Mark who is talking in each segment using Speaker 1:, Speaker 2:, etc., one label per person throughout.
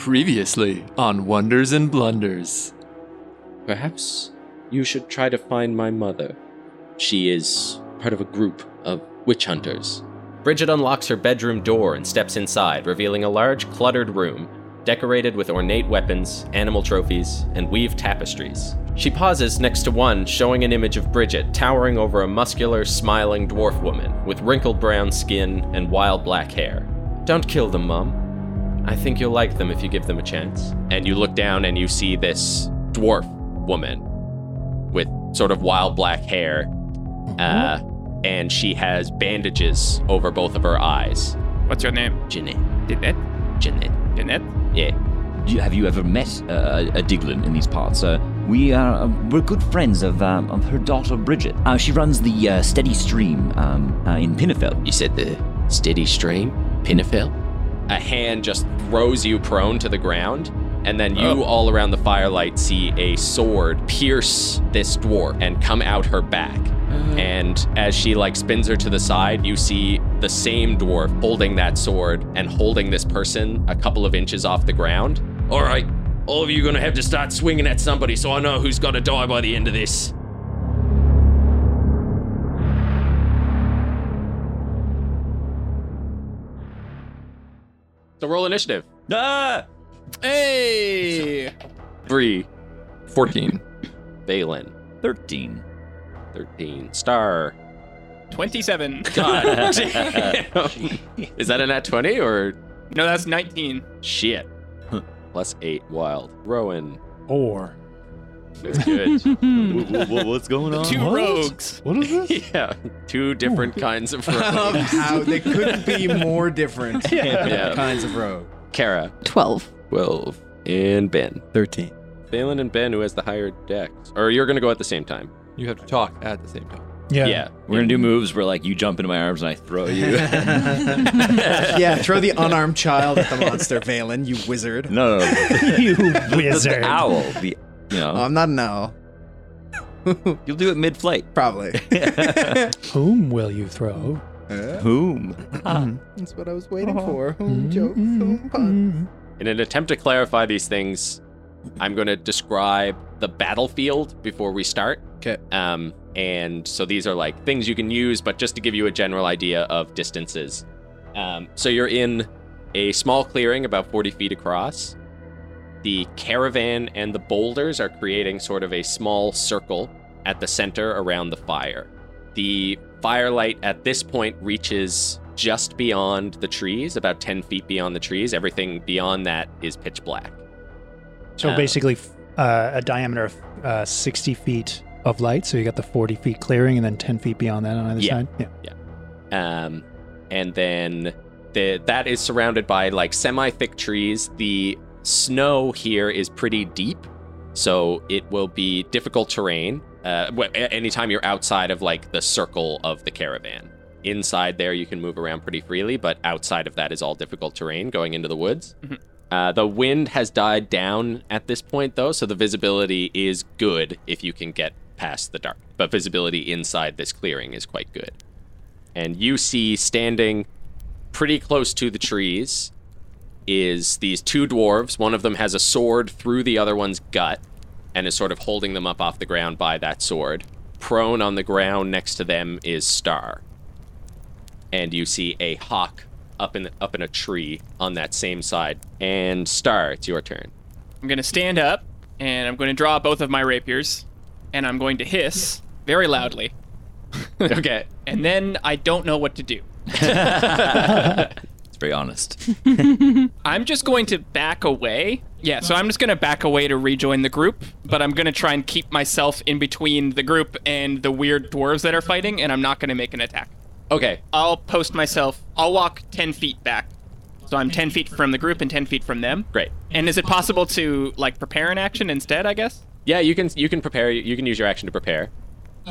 Speaker 1: Previously on Wonders and Blunders.
Speaker 2: Perhaps you should try to find my mother. She is part of a group of witch hunters.
Speaker 3: Bridget unlocks her bedroom door and steps inside, revealing a large, cluttered room decorated with ornate weapons, animal trophies, and weaved tapestries. She pauses next to one showing an image of Bridget towering over a muscular, smiling dwarf woman with wrinkled brown skin and wild black hair. Don't kill them, Mum. I think you'll like them if you give them a chance. And you look down and you see this dwarf woman with sort of wild black hair. Uh, and she has bandages over both of her eyes.
Speaker 4: What's your name?
Speaker 5: Jeanette.
Speaker 4: Jeanette?
Speaker 5: Jeanette.
Speaker 4: Jeanette?
Speaker 5: Yeah. Do you, have you ever met uh, a Diglin in these parts? Uh, we are uh, we're good friends of um, of her daughter Bridget. Uh, she runs the uh, Steady Stream um, uh, in Pinnefeld.
Speaker 2: You said the steady stream? Pinnafel? A hand just throws you prone to the ground, and then you all around the firelight see a sword pierce this dwarf and come out her back. Oh. And as she like spins her to the side, you see the same dwarf holding that sword and holding this person a couple of inches off the ground. All right, all of you are gonna have to start swinging at somebody, so I know who's gonna die by the end of this. So roll initiative.
Speaker 5: Ah!
Speaker 4: Hey!
Speaker 2: Three,
Speaker 1: 14.
Speaker 2: Balin,
Speaker 5: Thirteen.
Speaker 2: 13, Star.
Speaker 4: 27.
Speaker 2: God damn. Is that a nat 20 or
Speaker 4: No, that's 19.
Speaker 2: shit? Plus eight, wild. Rowan.
Speaker 6: Or
Speaker 2: That's good.
Speaker 7: what's going
Speaker 4: Two rogues.
Speaker 6: what is this?
Speaker 2: yeah. Two different kinds of
Speaker 8: of
Speaker 2: rogues.
Speaker 8: how they couldn't be more different
Speaker 2: Yeah.
Speaker 8: kinds of rogue.
Speaker 2: Kara.
Speaker 9: 12.
Speaker 2: 12. And Ben.
Speaker 7: 13.
Speaker 2: Balin and Ben, who has the higher dex? Or you're going to go at the same time.
Speaker 7: You have to talk at the same time.
Speaker 6: Yeah.
Speaker 5: We're gonna do moves where like you jump into my arms and I throw you.
Speaker 8: Yeah, throw the unarmed child at the monster, Valen, you wizard.
Speaker 5: no, no, no.
Speaker 6: you
Speaker 5: The- the
Speaker 6: wizard.
Speaker 5: owl. The you know.
Speaker 8: Oh, I'm not an owl,
Speaker 5: You'll do it mid-flight.
Speaker 8: probably.
Speaker 6: Whom will you throw?
Speaker 5: Whom?
Speaker 8: That's what I was waiting for. Whom jokes, whom puns.
Speaker 2: In an attempt to clarify these things, I'm going to describe the battlefield before we start.
Speaker 8: 'Kay.
Speaker 2: Um, and so these are like things you can use, but just to give you a general idea of distances. Um, so you're in a small clearing about 40 feet across. The caravan and the boulders are creating sort of a small circle at the center around the fire. The firelight at this point reaches just beyond the trees, about 10 feet beyond the trees. Everything beyond that is pitch black.
Speaker 6: So
Speaker 2: Uh,
Speaker 6: basically, f- uh, a diameter of uh, 60 feet of light. So you got the 40 feet clearing and then 10 feet beyond that on either
Speaker 2: Yeah.
Speaker 6: side. Yeah.
Speaker 2: um, and then the, that is surrounded by like semi-thick trees. The snow here is pretty deep, so it will be difficult terrain. Uh, wh- a- anytime you're outside of like the circle of the caravan, inside there you can move around pretty freely, but outside of that is all difficult terrain going into the woods.
Speaker 4: Mhm.
Speaker 2: Uh, the wind has died down at this point, though, so the visibility is good if you can get past the dark. But visibility inside this clearing is quite good and you see standing pretty close to the trees is these two dwarves. One of them has a sword through the other one's gut and is sort of holding them up off the ground by that sword. Prone on the ground next to them is Star. And you see a hawk up in up in a tree on that same side. And Star, it's your turn.
Speaker 4: I'm going to stand up and I'm going to draw both of my rapiers and I'm going to hiss very loudly.
Speaker 2: okay.
Speaker 4: And then I don't know what to do.
Speaker 5: It's very honest.
Speaker 4: I'm just going to back away. Yeah, so I'm just going to back away to rejoin the group, but I'm going to try and keep myself in between the group and the weird dwarves that are fighting, and I'm not going to make an attack.
Speaker 2: Okay. uh,
Speaker 4: I'll post myself, I'll walk 10 feet back. So I'm 10 feet from the group and 10 feet from them.
Speaker 2: Great.
Speaker 4: And is it possible to, like, prepare an action instead, I guess?
Speaker 2: Yeah, you can you can prepare you can use your action to prepare.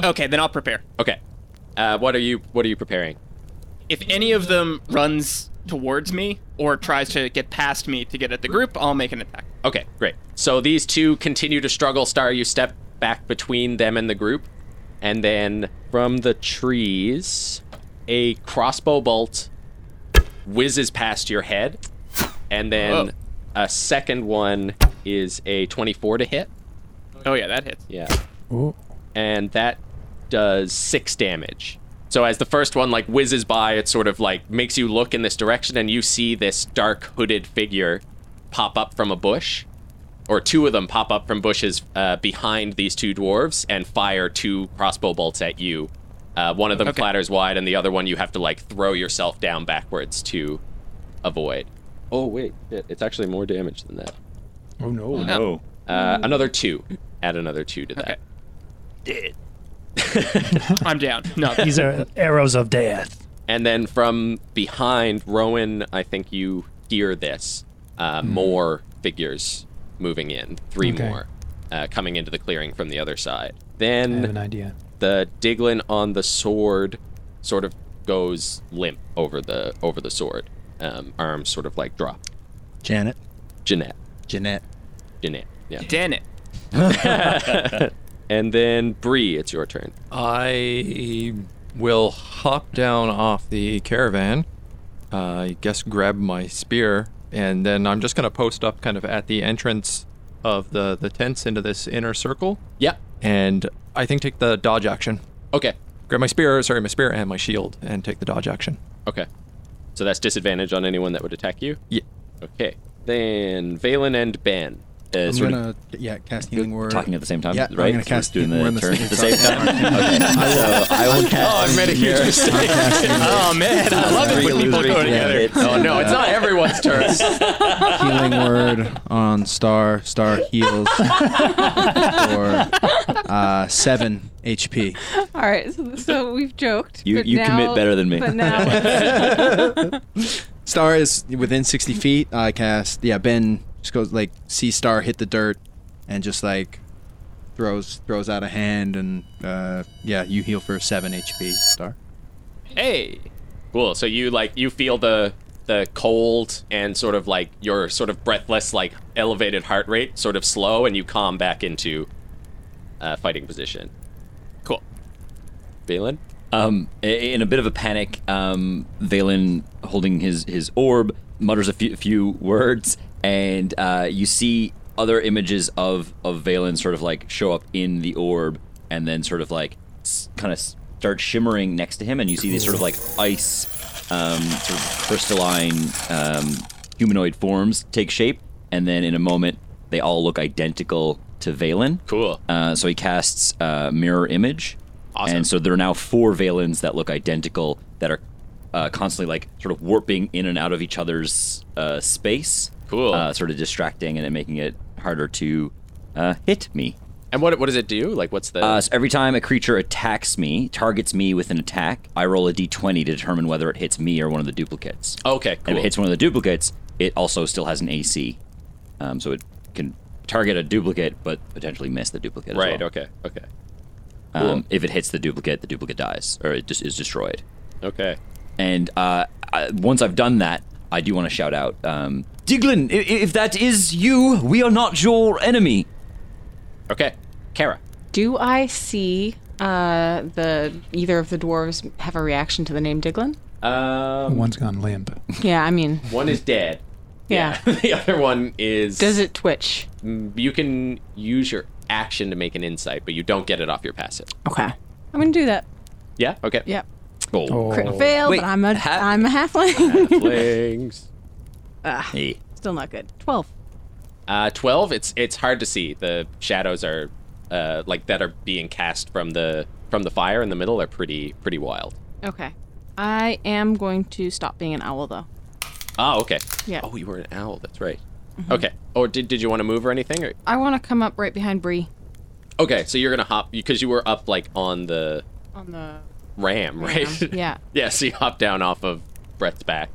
Speaker 4: Okay, then I'll prepare.
Speaker 2: Okay. Uh, what are you what are you preparing?
Speaker 4: If any of them runs towards me or tries to get past me to get at the group, I'll make an attack.
Speaker 2: Okay, great. So these two continue to struggle. Star, you step back between them and the group. And then from the trees, a crossbow bolt whizzes past your head. And then
Speaker 4: Whoa.
Speaker 2: A second one is a 24 to hit.
Speaker 4: Oh yeah, that hits.
Speaker 2: Yeah.
Speaker 6: Ooh.
Speaker 2: and that does six damage. So as the first one like whizzes by, it sort of like makes you look in this direction, and you see this dark hooded figure pop up from a bush, or two of them pop up from bushes uh, behind these two dwarves and fire two crossbow bolts at you. Uh, one of them
Speaker 4: Okay.
Speaker 2: clatters wide, and the other one you have to like throw yourself down backwards to avoid. Oh wait, shit, it's actually more damage than that.
Speaker 6: Oh no.
Speaker 5: No.
Speaker 2: Uh, another two. Add another two to that.
Speaker 4: Okay. I'm down. No.
Speaker 6: These are arrows of death.
Speaker 2: And then from behind, Rowan, I think you hear this. Uh, More figures moving in, three
Speaker 6: Hmm. Okay.
Speaker 2: more uh, coming into the clearing from the other side.
Speaker 6: I have an
Speaker 2: Then
Speaker 6: idea.
Speaker 2: the Diglin on the sword sort of goes limp over the over the sword. Um, arms sort of like drop.
Speaker 8: Janet.
Speaker 2: Jeanette,
Speaker 8: Jeanette.
Speaker 2: Jeanette, yeah.
Speaker 4: Dan it.
Speaker 2: And then Bree, it's your turn.
Speaker 1: I will hop down off the caravan. Uh, I guess grab my spear, and then I'm just gonna post up kind of at the entrance of the the tents into this inner circle,
Speaker 2: Yeah.
Speaker 1: and I think take the dodge action.
Speaker 2: Okay.
Speaker 1: Grab my spear, sorry, my spear and my shield, and take the dodge action.
Speaker 2: Okay. So that's disadvantage on anyone that would attack you.
Speaker 1: Yeah.
Speaker 2: Okay. Then Valen and Ben.
Speaker 5: Uh,
Speaker 8: I'm
Speaker 5: sort of
Speaker 8: gonna yeah cast healing word.
Speaker 5: talking at the same time,
Speaker 8: Yeah,
Speaker 5: right?
Speaker 8: I'm gonna cast
Speaker 5: We're doing
Speaker 8: Healing Word
Speaker 5: the
Speaker 8: on the
Speaker 5: turn at the
Speaker 8: same
Speaker 5: same time. okay. So I will cast.
Speaker 4: Oh man, I love it when people go together.
Speaker 2: Oh no, it's not everyone's turn.
Speaker 8: healing word on star star heals for uh, seven HP.
Speaker 9: All right, so, so we've joked.
Speaker 5: You-
Speaker 9: but
Speaker 5: you commit
Speaker 9: now-
Speaker 5: better than me.
Speaker 9: But now,
Speaker 8: Star is within sixty feet. I cast yeah. Ben just goes like see star hit the dirt and just like throws throws out a hand and uh, yeah you heal for seven HP. Star.
Speaker 4: Hey.
Speaker 2: Cool. So you like you feel the the cold and sort of like your sort of breathless, like elevated heart rate, sort of slow, and you calm back into uh, fighting position. Cool. Valen.
Speaker 5: Um, i- in a bit of a panic, um, Valen, holding his his orb, mutters a few, few words, and uh, you see other images of of Valen sort of like show up in the orb, and then sort of like s- kind of start shimmering next to him, and you see these sort of like ice, um, sort of crystalline um, humanoid forms take shape, and then in a moment they all look identical to Valen.
Speaker 2: Cool.
Speaker 5: Uh, so he casts uh, mirror image.
Speaker 2: Awesome.
Speaker 5: And so there are now four Valens that look identical that are uh, constantly like sort of warping in and out of each other's uh, space.
Speaker 2: Cool.
Speaker 5: Uh, sort of distracting and it making it harder to uh, hit me.
Speaker 2: and what what does it do? Like, what's the?
Speaker 5: Uh, so every time a creature attacks me, targets me with an attack, I roll a d20 to determine whether it hits me or one of the duplicates.
Speaker 2: okay.
Speaker 5: If
Speaker 2: Oh, Cool.
Speaker 5: it hits one of the duplicates, it also still has an AC. Um, so it can target a duplicate, but potentially miss the duplicate. as
Speaker 2: right.
Speaker 5: well.
Speaker 2: Okay. Okay.
Speaker 5: Um, if it hits the duplicate, the duplicate dies or it just is destroyed.
Speaker 2: Okay.
Speaker 5: And uh, I, once I've done that, I do want to shout out, um, Diglin, i- i- if that is you, we are not your enemy.
Speaker 2: Okay. Kara.
Speaker 9: do I see uh, the either of the dwarves have a reaction to the name Diglin?
Speaker 6: One's gone limp.
Speaker 9: Yeah, I mean,
Speaker 2: One is dead.
Speaker 9: yeah.
Speaker 2: the other one is.
Speaker 9: Does it twitch?
Speaker 2: You can use your action to make an insight, but you don't get it off your passive.
Speaker 9: Okay, I'm gonna do that.
Speaker 2: Yeah. Okay.
Speaker 9: Yep.
Speaker 5: Oh,
Speaker 9: Crit fail,
Speaker 5: Wait,
Speaker 9: but I'm a
Speaker 5: ha-
Speaker 9: am a halfling.
Speaker 2: Flings.
Speaker 5: hey.
Speaker 9: Still not good. Twelve.
Speaker 2: Uh, Twelve. It's it's hard to see. The shadows are, uh, like that are being cast from the from the fire in the middle are pretty pretty wild.
Speaker 9: Okay, I am going to stop being an owl though.
Speaker 2: Oh, okay.
Speaker 9: Yeah.
Speaker 2: Oh, you were an owl. That's right.
Speaker 9: Mm-hmm.
Speaker 2: Okay. Or did did you want to move or anything? Or
Speaker 9: I want to come up right behind Bree
Speaker 2: okay, so you're gonna hop because you were up like on the
Speaker 9: on the.
Speaker 2: ram, right?
Speaker 9: yeah. Mm-hmm.
Speaker 2: yeah. So you hop down off of Brett's back,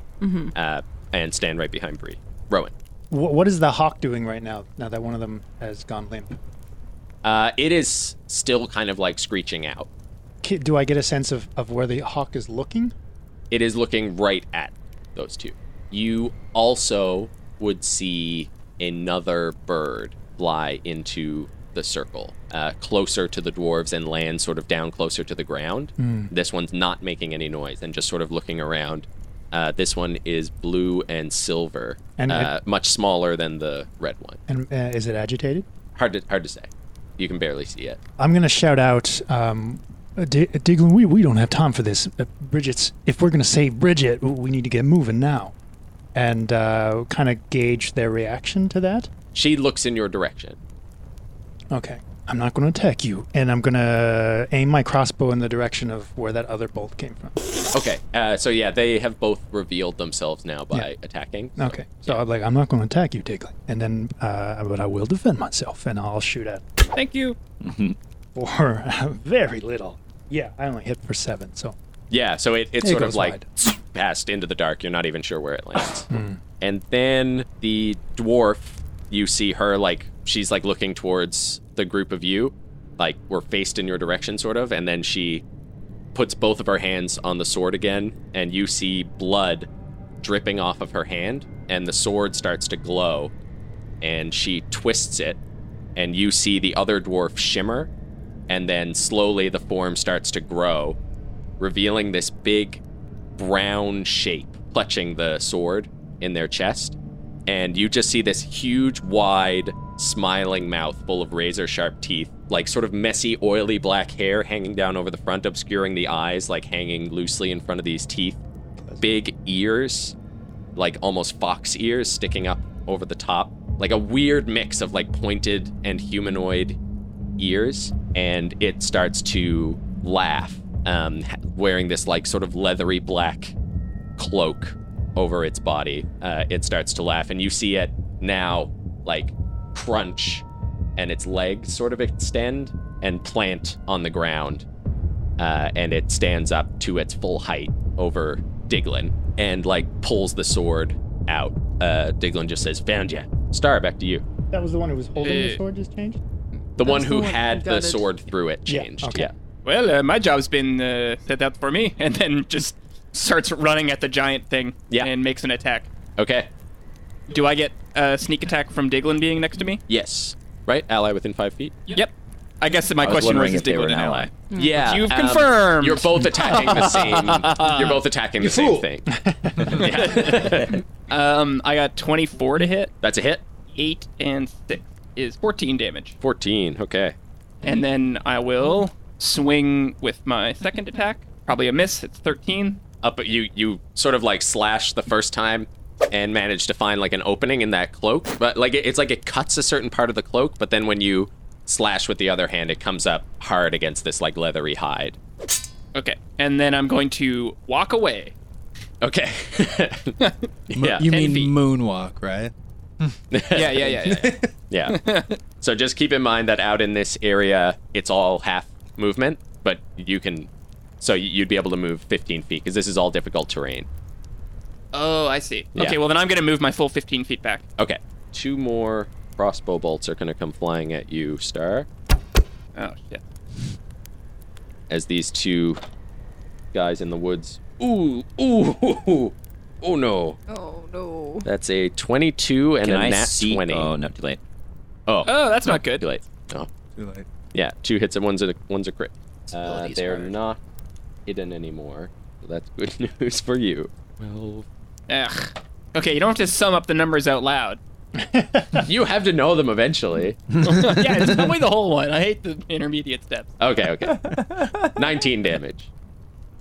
Speaker 2: uh, and stand right behind Bree. Rowan.
Speaker 6: Wh- what is the hawk doing right now? Now that one of them has gone limp,
Speaker 2: Uh, it is still kind of like screeching out.
Speaker 6: Ki- do I get a sense of, of where the hawk is looking?
Speaker 2: it is looking right at those two. You also would see another bird fly into the circle, uh, closer to the dwarves and land sort of down closer to the ground. This one's not making any noise and just sort of looking around Uh, this one is blue and silver,
Speaker 6: And
Speaker 2: uh, much smaller than the red one.
Speaker 6: And uh, is it agitated?
Speaker 2: Hard to hard to say. You can barely see it.
Speaker 6: I'm going to shout out, um, "Uh, Di- uh, Diglin, we, we don't have time for this. Uh, Bridget's, if we're going to save Bridget, w- we need to get moving now. And uh, kind of gauge their reaction to that.
Speaker 2: She looks in your direction.
Speaker 6: Okay. I'm not going to attack you. And I'm going to aim my crossbow in the direction of where that other bolt came from.
Speaker 2: Okay, uh, so yeah, they have both revealed themselves now by attacking. so-
Speaker 6: Okay. So I'm like, I'm not going to attack you, Diglin. And then, uh, but I will defend myself and I'll shoot at
Speaker 4: Thank you.
Speaker 6: for very little. Yeah, I only hit for seven. So
Speaker 2: Yeah, so it, it,
Speaker 6: It
Speaker 2: sort of
Speaker 6: goes
Speaker 2: like passed into the dark. You're not even sure where it lands. and then the dwarf, you see her like she's like looking towards the group of you, like we're faced in your direction, sort of. And then she puts both of her hands on the sword again, and you see blood dripping off of her hand, and the sword starts to glow, and she twists it, and you see the other dwarf shimmer, and then slowly the form starts to grow, revealing this big brown shape clutching the sword in their chest. And you just see this huge, wide, smiling mouth full of razor sharp teeth, like sort of messy, oily black hair hanging down over the front, obscuring the eyes, like hanging loosely in front of these teeth. Big ears, like almost fox ears sticking up over the top. Like a weird mix of like pointed and humanoid ears and it starts to laugh, um, ha- wearing this like sort of leathery black cloak over its body. Uh, it starts to laugh, and you see it now like crunch, and its legs sort of extend and plant on the ground, uh, and it stands up to its full height over Diglin and like pulls the sword out. Uh, Diglin just says, "Found ya." Star, back to you.
Speaker 6: that was the one who was holding
Speaker 4: Eh.
Speaker 6: the sword just changed.
Speaker 2: The one
Speaker 9: the
Speaker 2: who
Speaker 9: one who
Speaker 2: had the
Speaker 9: got it.
Speaker 2: sword through it
Speaker 6: Yeah,
Speaker 2: changed.
Speaker 6: okay.
Speaker 2: yeah.
Speaker 4: Well, uh, my job's been uh, set out for me, and then just starts running at the giant thing
Speaker 2: Yeah.
Speaker 4: and makes an attack.
Speaker 2: Okay.
Speaker 4: Do I get a sneak attack from Diglin being next to me?
Speaker 2: Yes. Right? Ally within five feet?
Speaker 4: Yep. I guess that my
Speaker 5: was
Speaker 4: question was
Speaker 5: wondering
Speaker 4: is
Speaker 5: if they were
Speaker 4: Diglin an
Speaker 5: an
Speaker 4: ally?
Speaker 2: Yeah. um,
Speaker 4: You've confirmed.
Speaker 2: You're both attacking the same. You're both attacking the same thing. Yeah.
Speaker 4: Um, I got 24 to hit.
Speaker 2: That's a hit.
Speaker 4: Eight and six is 14 damage,
Speaker 2: 14. Okay.
Speaker 4: and then I will swing with my second attack. Probably a miss. It's 13.
Speaker 2: Up you you sort of like slash the first time and manage to find like an opening in that cloak, but like it, it's like it cuts a certain part of the cloak, but then when you slash with the other hand, it comes up hard against this like leathery hide.
Speaker 4: Okay, and then I'm going to walk away.
Speaker 2: Okay. yeah.
Speaker 4: 10
Speaker 8: You mean
Speaker 4: feet.
Speaker 8: moonwalk, right?
Speaker 4: Yeah, yeah, yeah. yeah.
Speaker 2: Yeah. so just keep in mind that out in this area, it's all half movement, but you can. So you'd be able to move 15 feet because this is all difficult terrain.
Speaker 4: Oh, I see.
Speaker 2: Yeah.
Speaker 4: Okay, well then I'm gonna move my full 15 feet back.
Speaker 2: Okay. Two more crossbow bolts are going to come flying at you, Star,
Speaker 4: Oh shit.
Speaker 2: as these two guys in the woods. Ooh, ooh, ooh, ooh. oh no.
Speaker 9: Oh no.
Speaker 2: That's a 22 and
Speaker 5: Can
Speaker 2: a
Speaker 5: I
Speaker 2: nat
Speaker 5: see?
Speaker 2: 20.
Speaker 5: Oh, no, too late.
Speaker 2: Oh,
Speaker 4: Oh, that's not good.
Speaker 2: too late. Oh.
Speaker 8: You're like,
Speaker 2: Yeah, two hits and one's a one's a crit. Uh,
Speaker 5: Abilities
Speaker 2: they're
Speaker 5: hard.
Speaker 2: not hidden anymore. So that's good news for you.
Speaker 4: Ugh. Okay, you don't have to sum up the numbers out loud.
Speaker 2: You have to know them eventually.
Speaker 4: yeah, it's tell me the whole one. I hate the intermediate steps.
Speaker 2: Okay, okay. 19 damage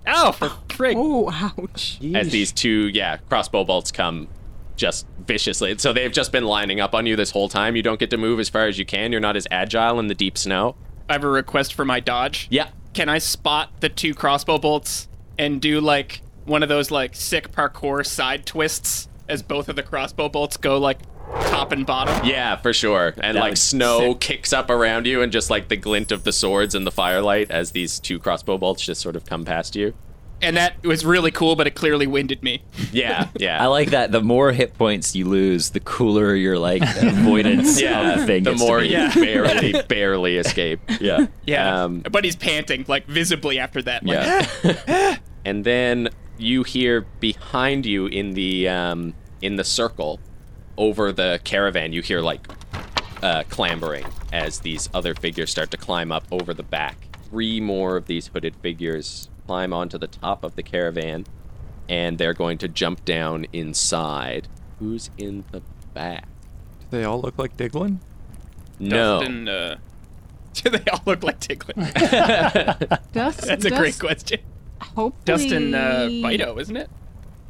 Speaker 4: Oh, for frig.
Speaker 9: Oh, ouch.
Speaker 2: as these two, yeah, crossbow bolts come just viciously. So they've just been lining up on you this whole time. You don't get to move as far as you can. You're not as agile in the deep snow.
Speaker 4: I have a request for my dodge.
Speaker 2: Yeah.
Speaker 4: Can I spot the two crossbow bolts and do like one of those like sick parkour side twists as both of the crossbow bolts go like top and bottom?
Speaker 2: Yeah, for sure. And like
Speaker 5: was
Speaker 2: snow kicks up around you and just like the glint of the swords and the firelight as these two crossbow bolts just sort of come past you.
Speaker 4: And that was really cool, but it clearly winded me.
Speaker 2: Yeah, yeah.
Speaker 5: I like that. The more hit points you lose, the cooler your like avoidance
Speaker 2: yeah,
Speaker 5: of thing
Speaker 2: the
Speaker 5: gets to
Speaker 2: more
Speaker 5: be.
Speaker 2: you barely barely escape. Yeah.
Speaker 4: Yeah.
Speaker 2: Um,
Speaker 4: but he's panting like visibly after that. Like,
Speaker 2: and then you hear behind you in the um, in the circle over the caravan, you hear like uh, clambering as these other figures start to climb up over the back. Three more of these hooded figures climb onto the top of the caravan and they're going to jump down inside. Who's in the back?
Speaker 1: Do they all look like Diglin?
Speaker 2: No.
Speaker 4: Dustin, uh, do they all look like Diglin?
Speaker 9: Dust,
Speaker 4: That's a great question.
Speaker 9: Hopefully,
Speaker 4: Dustin uh, Bido, isn't it?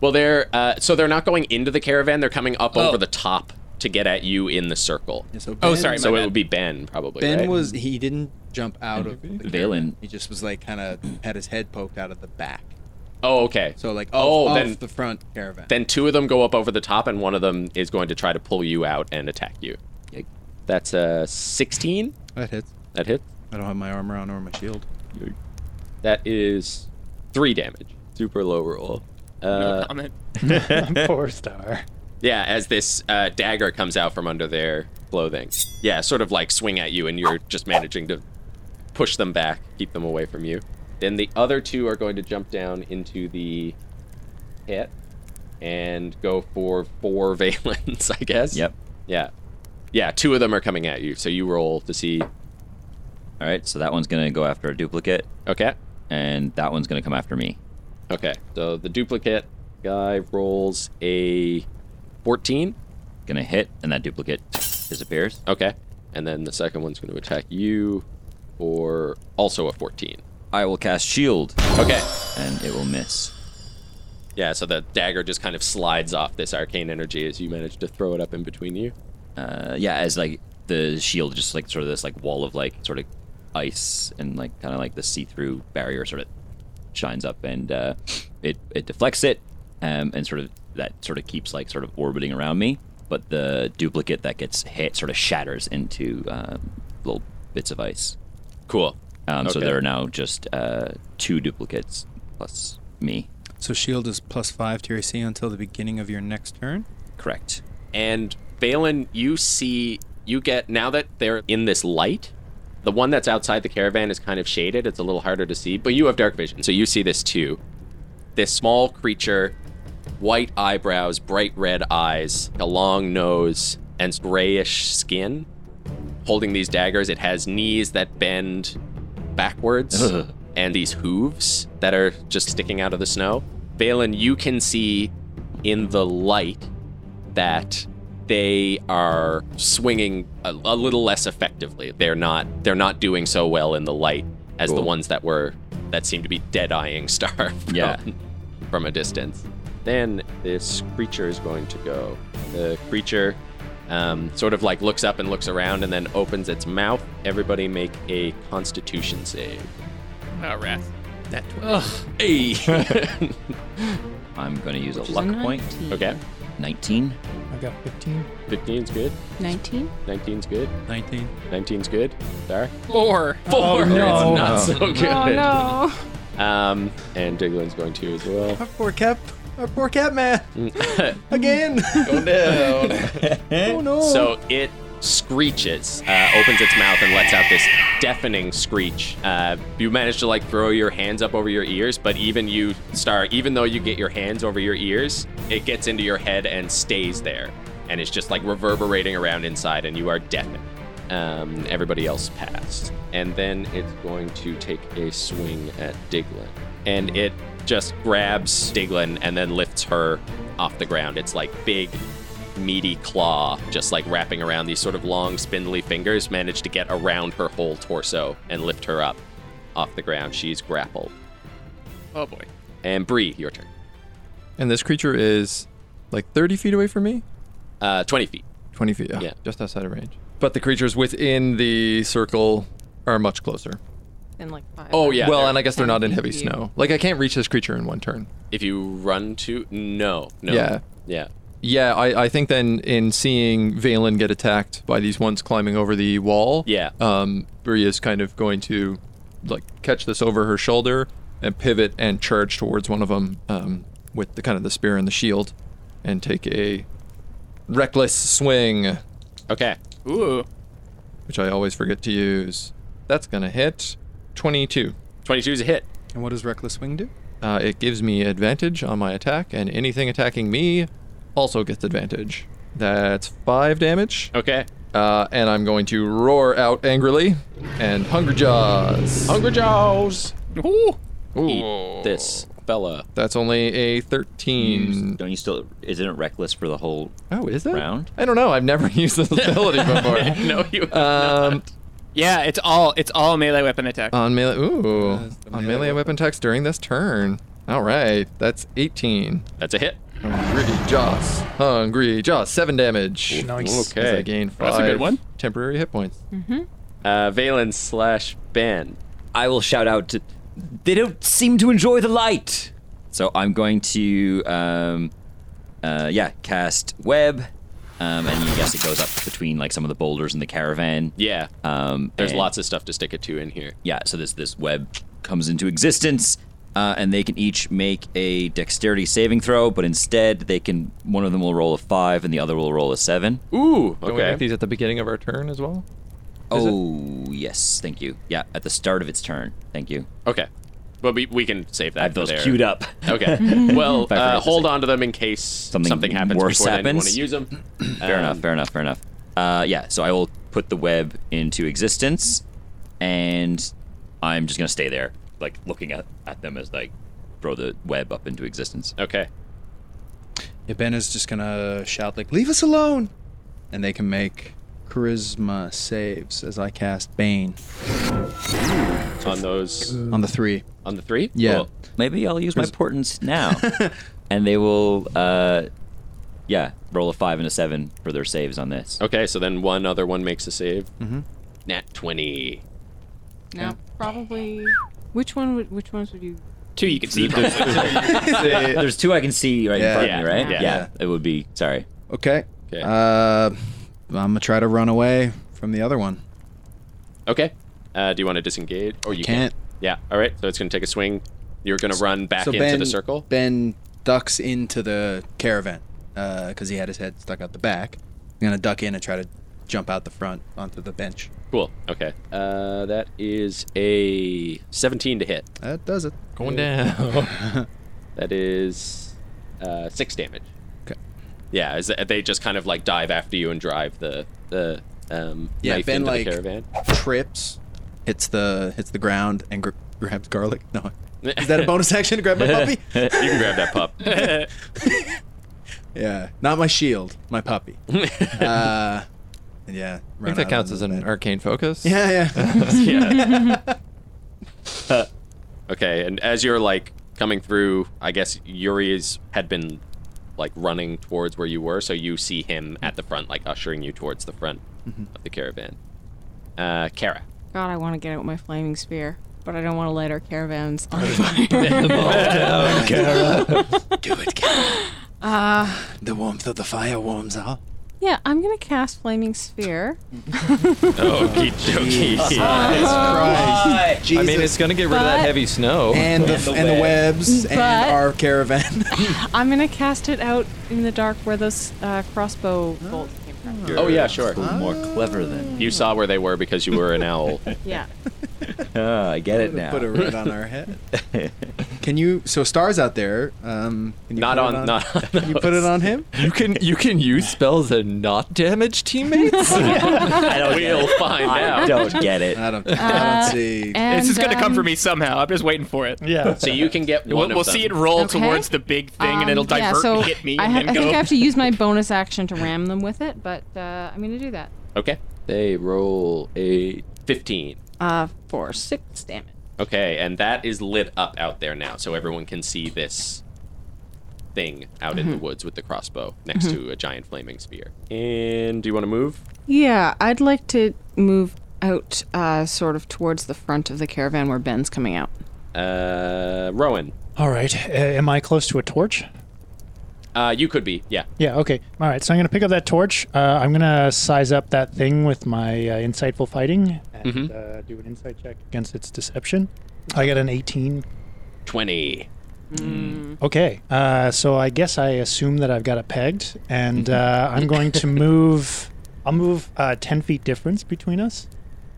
Speaker 2: Well, they're uh, so they're not going into the caravan. They're coming up over the top to get at you in the circle.
Speaker 8: Yeah, so
Speaker 4: Oh,
Speaker 8: Ben-
Speaker 4: sorry, my
Speaker 2: So it
Speaker 4: bad.
Speaker 2: would be Ben probably.
Speaker 8: Ben
Speaker 2: right?
Speaker 8: was he didn't jump out of the
Speaker 5: Valen.
Speaker 8: He just was like kind of had his head poked out of the back.
Speaker 2: Oh, okay.
Speaker 8: So like
Speaker 2: oh,
Speaker 8: off, off
Speaker 2: then
Speaker 8: the front caravan.
Speaker 2: then two of them go up over the top, and one of them is going to try to pull you out and attack you. That's a sixteen.
Speaker 8: that hits.
Speaker 2: That hit.
Speaker 8: I don't have my armor on or my shield.
Speaker 2: That is three damage. Super low roll.
Speaker 4: No
Speaker 2: Uh,
Speaker 4: comment.
Speaker 6: Poor star.
Speaker 2: yeah, as this uh, dagger comes out from under their clothing. Yeah, sort of like swing at you, and you're just managing to push them back, keep them away from you. Then the other two are going to jump down into the pit and go for four valence, I guess.
Speaker 5: Yep.
Speaker 2: Yeah. Yeah, two of them are coming at you, so you roll to see.
Speaker 5: All right, so that one's gonna go after a duplicate,
Speaker 2: Okay.
Speaker 5: and that one's gonna come after me.
Speaker 2: Okay. So the duplicate guy rolls a 14.
Speaker 5: Gonna hit, and that duplicate disappears.
Speaker 2: Okay. And then the second one's going to attack you for also a 14.
Speaker 5: I will cast shield,
Speaker 2: Okay.
Speaker 5: and it will miss.
Speaker 2: Yeah, so the dagger just kind of slides off this arcane energy as you manage to throw it up in between you.
Speaker 5: Uh, yeah, as like the shield, just like sort of this like wall of like sort of ice and like kind of like the see-through barrier sort of shines up, and uh, it it deflects it, um, and sort of that sort of keeps like sort of orbiting around me. But the duplicate that gets hit sort of shatters into um, little bits of ice.
Speaker 2: Cool.
Speaker 5: Um, So
Speaker 2: Okay.
Speaker 5: there are now just uh, two duplicates plus me.
Speaker 8: So shield is plus five to your AC until the beginning of your next turn.
Speaker 5: Correct.
Speaker 2: And Balin, you see, you get, now that they're in this light, the one that's outside the caravan is kind of shaded. It's a little harder to see, but you have dark vision, so you see this too. This small creature, white eyebrows, bright red eyes, a long nose, and grayish skin, holding these daggers. It has knees that bend backwards
Speaker 5: Ugh.
Speaker 2: and these hooves that are just sticking out of the snow. Balin, you can see in the light that they are swinging a, a little less effectively. They're not they're not doing so well in the light as the
Speaker 5: Cool.
Speaker 2: ones that were that seem to be dead eyeing Star from,
Speaker 5: Yeah.
Speaker 2: from a distance. Then this creature is going to go. The creature um, sort of like looks up and looks around and then opens its mouth. Everybody make a Constitution save.
Speaker 4: Oh, rat.
Speaker 2: Hey.
Speaker 5: I'm going to use
Speaker 9: which
Speaker 5: a
Speaker 9: is
Speaker 5: luck point.
Speaker 9: 19.
Speaker 2: okay.
Speaker 5: 19.
Speaker 6: I got 15.
Speaker 2: 15's good.
Speaker 9: 19?
Speaker 2: 19's good.
Speaker 8: Nineteen.
Speaker 2: 19's good. Star.
Speaker 4: Or
Speaker 2: Four.
Speaker 6: no.
Speaker 2: It's not so good.
Speaker 9: Oh no.
Speaker 2: Um, and Diglin's going to as well.
Speaker 8: Our poor cap. Our poor cap man. Again. Go down. oh no.
Speaker 2: So it screeches, uh, opens its mouth, and lets out this deafening screech. Uh, you manage to like throw your hands up over your ears, but even you, Star, even though you get your hands over your ears, it gets into your head and stays there, and it's just like reverberating around inside, and you are deafened. Um, everybody else passed, and then it's going to take a swing at Diglin, and it just grabs Diglin and then lifts her off the ground. It's like big meaty claw just like wrapping around these sort of long spindly fingers managed to get around her whole torso and lift her up off the ground she's grappled
Speaker 4: oh boy.
Speaker 2: and bree your turn
Speaker 1: And this creature is like 30 feet away from me?
Speaker 2: uh 20 feet
Speaker 1: 20 feet, yeah,
Speaker 2: Yeah.
Speaker 1: just outside of range. But the creatures within the circle are much closer.
Speaker 9: And like five.
Speaker 2: oh yeah
Speaker 1: well,
Speaker 2: there-
Speaker 1: and I guess they're not in heavy
Speaker 9: Yeah.
Speaker 1: snow. Like, I can't reach this creature in one turn.
Speaker 2: if you run to no no
Speaker 1: Yeah.
Speaker 2: yeah
Speaker 1: Yeah, I, I think then in seeing Valen get attacked by these ones climbing over the wall,
Speaker 2: Yeah.
Speaker 1: um, Bree is kind of going to like catch this over her shoulder and pivot and charge towards one of them um, with the kind of the spear and the shield, and take a reckless swing,
Speaker 2: okay
Speaker 4: Ooh.
Speaker 1: which I always forget to use. That's gonna hit twenty-two.
Speaker 2: 22 is a hit
Speaker 8: and what does reckless swing do?
Speaker 1: Uh, it gives me advantage on my attack, and anything attacking me also gets advantage. That's five damage.
Speaker 2: okay
Speaker 1: Uh, and I'm going to roar out angrily and Hunger Jaws.
Speaker 2: hungry jaws
Speaker 4: Ooh.
Speaker 2: eat this fella.
Speaker 1: That's only a thirteen.
Speaker 5: Don't you still? Isn't it reckless for the whole?
Speaker 1: Oh, is that
Speaker 5: Round?
Speaker 1: I don't know. I've never used this ability before.
Speaker 2: No, you.
Speaker 1: Um,
Speaker 4: Yeah, it's all it's all melee weapon attack.
Speaker 2: Um,
Speaker 1: on melee, ooh,
Speaker 8: it's the
Speaker 1: on
Speaker 8: melee
Speaker 1: melee weapon attacks during this turn. All right, that's eighteen.
Speaker 2: That's a hit.
Speaker 1: Hungry jaws, hungry jaws, seven damage.
Speaker 6: Nice.
Speaker 1: As I
Speaker 2: Okay.
Speaker 1: gain five
Speaker 4: That's a good one.
Speaker 1: temporary hit points.
Speaker 2: Uh, Valen slash Ben.
Speaker 5: I will shout out to. They don't seem to enjoy the light. So I'm going to, um, uh, yeah, cast web, um, and yes, it goes up between like some of the boulders in the caravan.
Speaker 2: Yeah.
Speaker 5: Um,
Speaker 2: There's
Speaker 5: and-
Speaker 2: lots of stuff to stick it to in here.
Speaker 5: yeah, so this this web comes into existence, uh, and they can each make a dexterity saving throw, but instead they can one of them will roll a five and the other will roll a seven.
Speaker 2: Ooh.
Speaker 1: Don't we
Speaker 2: Okay.
Speaker 1: make these at the beginning of our turn as well? Is it-
Speaker 5: oh yes, thank you. Yeah, at the start of its turn. Thank you.
Speaker 2: Okay. But we, we can save that.
Speaker 5: I have those
Speaker 2: for there.
Speaker 5: queued up.
Speaker 2: Okay. Well,
Speaker 5: If I forget
Speaker 2: uh,
Speaker 5: to
Speaker 2: hold
Speaker 5: save.
Speaker 2: on to them in case something,
Speaker 5: Something
Speaker 2: happens
Speaker 5: worse
Speaker 2: before then. You want
Speaker 5: happens?
Speaker 2: to use them.
Speaker 5: fair enough. Fair enough. Fair enough. Uh, yeah, so I will put the web into existence, and I'm just gonna stay there, like looking at at them as like throw the web up into existence.
Speaker 2: Okay.
Speaker 8: Yeah, Ben is just gonna shout like, "Leave us alone!" And they can make charisma saves as I cast Bane
Speaker 2: On those,
Speaker 8: on the three.
Speaker 2: on the three.
Speaker 8: Yeah,
Speaker 2: Cool.
Speaker 5: Maybe I'll use my
Speaker 8: Chris-
Speaker 5: portents now. and they will, uh, yeah, roll a five and a seven for their saves on this.
Speaker 2: Okay. So then one other one makes a save. Mm-hmm. Nat twenty.
Speaker 9: Now probably which one would which ones would you
Speaker 4: Two you can see.
Speaker 5: There's two I can see right
Speaker 8: Yeah.
Speaker 5: in front of me, right?
Speaker 2: Yeah.
Speaker 5: It would be, sorry.
Speaker 8: Okay.
Speaker 2: Okay.
Speaker 8: Uh, I'm gonna try to run away from the other one.
Speaker 2: Okay. Uh, do you want to disengage? Or you
Speaker 8: Can't.
Speaker 2: Yeah. All right. So it's gonna take a swing. You're gonna run back
Speaker 8: so
Speaker 2: into
Speaker 8: Ben,
Speaker 2: the circle.
Speaker 8: Ben ducks into the caravan because he had his head stuck out the back. I'm gonna duck in and try to jump out the front onto the bench.
Speaker 2: Cool. Okay. Uh, that is a 17 to hit.
Speaker 8: That does it.
Speaker 1: Going down.
Speaker 2: That is uh, six damage.
Speaker 8: Okay.
Speaker 2: Yeah. Is that, they just kind of like dive after you and drive the the um,
Speaker 8: Yeah,
Speaker 2: knife
Speaker 8: Ben,
Speaker 2: into
Speaker 8: like-
Speaker 2: the caravan.
Speaker 8: Trips, hits the hits the ground and gr- grabs garlic. No, is that a bonus action to grab my puppy?
Speaker 2: you can grab that pup.
Speaker 8: Yeah, not my shield, my puppy. uh, yeah,
Speaker 1: I think that counts as an arcane focus.
Speaker 8: Yeah, yeah.
Speaker 2: yeah. okay. And as you're like coming through, I guess Yuri's had been like running towards where you were, so you see him at the front, like ushering you towards the front
Speaker 4: Mm-hmm.
Speaker 2: of the caravan. Uh, Kara.
Speaker 9: God, I want to get out my flaming spear, but I don't want to light our caravans on fire.
Speaker 8: Do it, Kara. the warmth of the fire warms up.
Speaker 9: yeah, I'm gonna cast flaming spear.
Speaker 2: Okie dokie.
Speaker 8: Christ.
Speaker 1: I mean, it's gonna get rid of that
Speaker 9: But-
Speaker 1: heavy snow.
Speaker 8: and the, and the webs
Speaker 9: But-
Speaker 8: and our caravan.
Speaker 9: I'm gonna cast it out in the dark where those uh, crossbow bolts came from.
Speaker 2: oh yeah, sure.
Speaker 5: More clever than.
Speaker 2: You saw where they were because you were an owl.
Speaker 9: Yeah.
Speaker 5: Ah, I get it now.
Speaker 8: Put a red on our head. Can you? So stars out there. Um, can you
Speaker 2: Not
Speaker 8: put it
Speaker 2: on, not on.
Speaker 8: Can you put it on him?
Speaker 1: you can you can use spells and not damage teammates.
Speaker 5: I don't get
Speaker 2: We'll
Speaker 5: it.
Speaker 2: find
Speaker 5: I
Speaker 2: out.
Speaker 5: don't get it.
Speaker 8: I don't. I don't see.
Speaker 9: And,
Speaker 4: this is gonna come
Speaker 9: um,
Speaker 4: for me somehow. I'm just waiting for it.
Speaker 6: Yeah.
Speaker 2: So you can get
Speaker 4: We'll,
Speaker 2: one.
Speaker 4: we'll
Speaker 2: of them.
Speaker 4: see it roll
Speaker 9: Okay.
Speaker 4: towards the big thing, and it'll
Speaker 9: um, yeah,
Speaker 4: divert
Speaker 9: so
Speaker 4: and hit me,
Speaker 9: I,
Speaker 4: and
Speaker 9: ha-
Speaker 4: then
Speaker 9: I
Speaker 4: go.
Speaker 9: think I have to use my bonus action to ram them with it, but uh, I'm gonna do that.
Speaker 2: Okay. They roll a fifteen.
Speaker 9: Uh, for six damage.
Speaker 2: Okay, and that is lit up out there now, so everyone can see this thing out in the
Speaker 4: Mm-hmm.
Speaker 2: woods with the crossbow next to a giant flaming spear. And do you want to move?
Speaker 9: Yeah, I'd like to move out, uh, sort of towards the front of the caravan where Ben's coming out.
Speaker 2: Uh, Rowan.
Speaker 6: All right. Uh, am I close to a torch?
Speaker 2: Uh, you could be. Yeah.
Speaker 6: Yeah, okay. All right, so I'm going to pick up that torch. Uh, I'm going to size up that thing with my uh, insightful fighting and
Speaker 2: Mm-hmm.
Speaker 6: uh, do an insight check against its deception. I got an 18.
Speaker 2: Twenty.
Speaker 6: Okay, uh, so I guess I assume that I've got it pegged, and
Speaker 2: Mm-hmm.
Speaker 6: uh, I'm going to move. I'll move uh, 10 feet difference between us.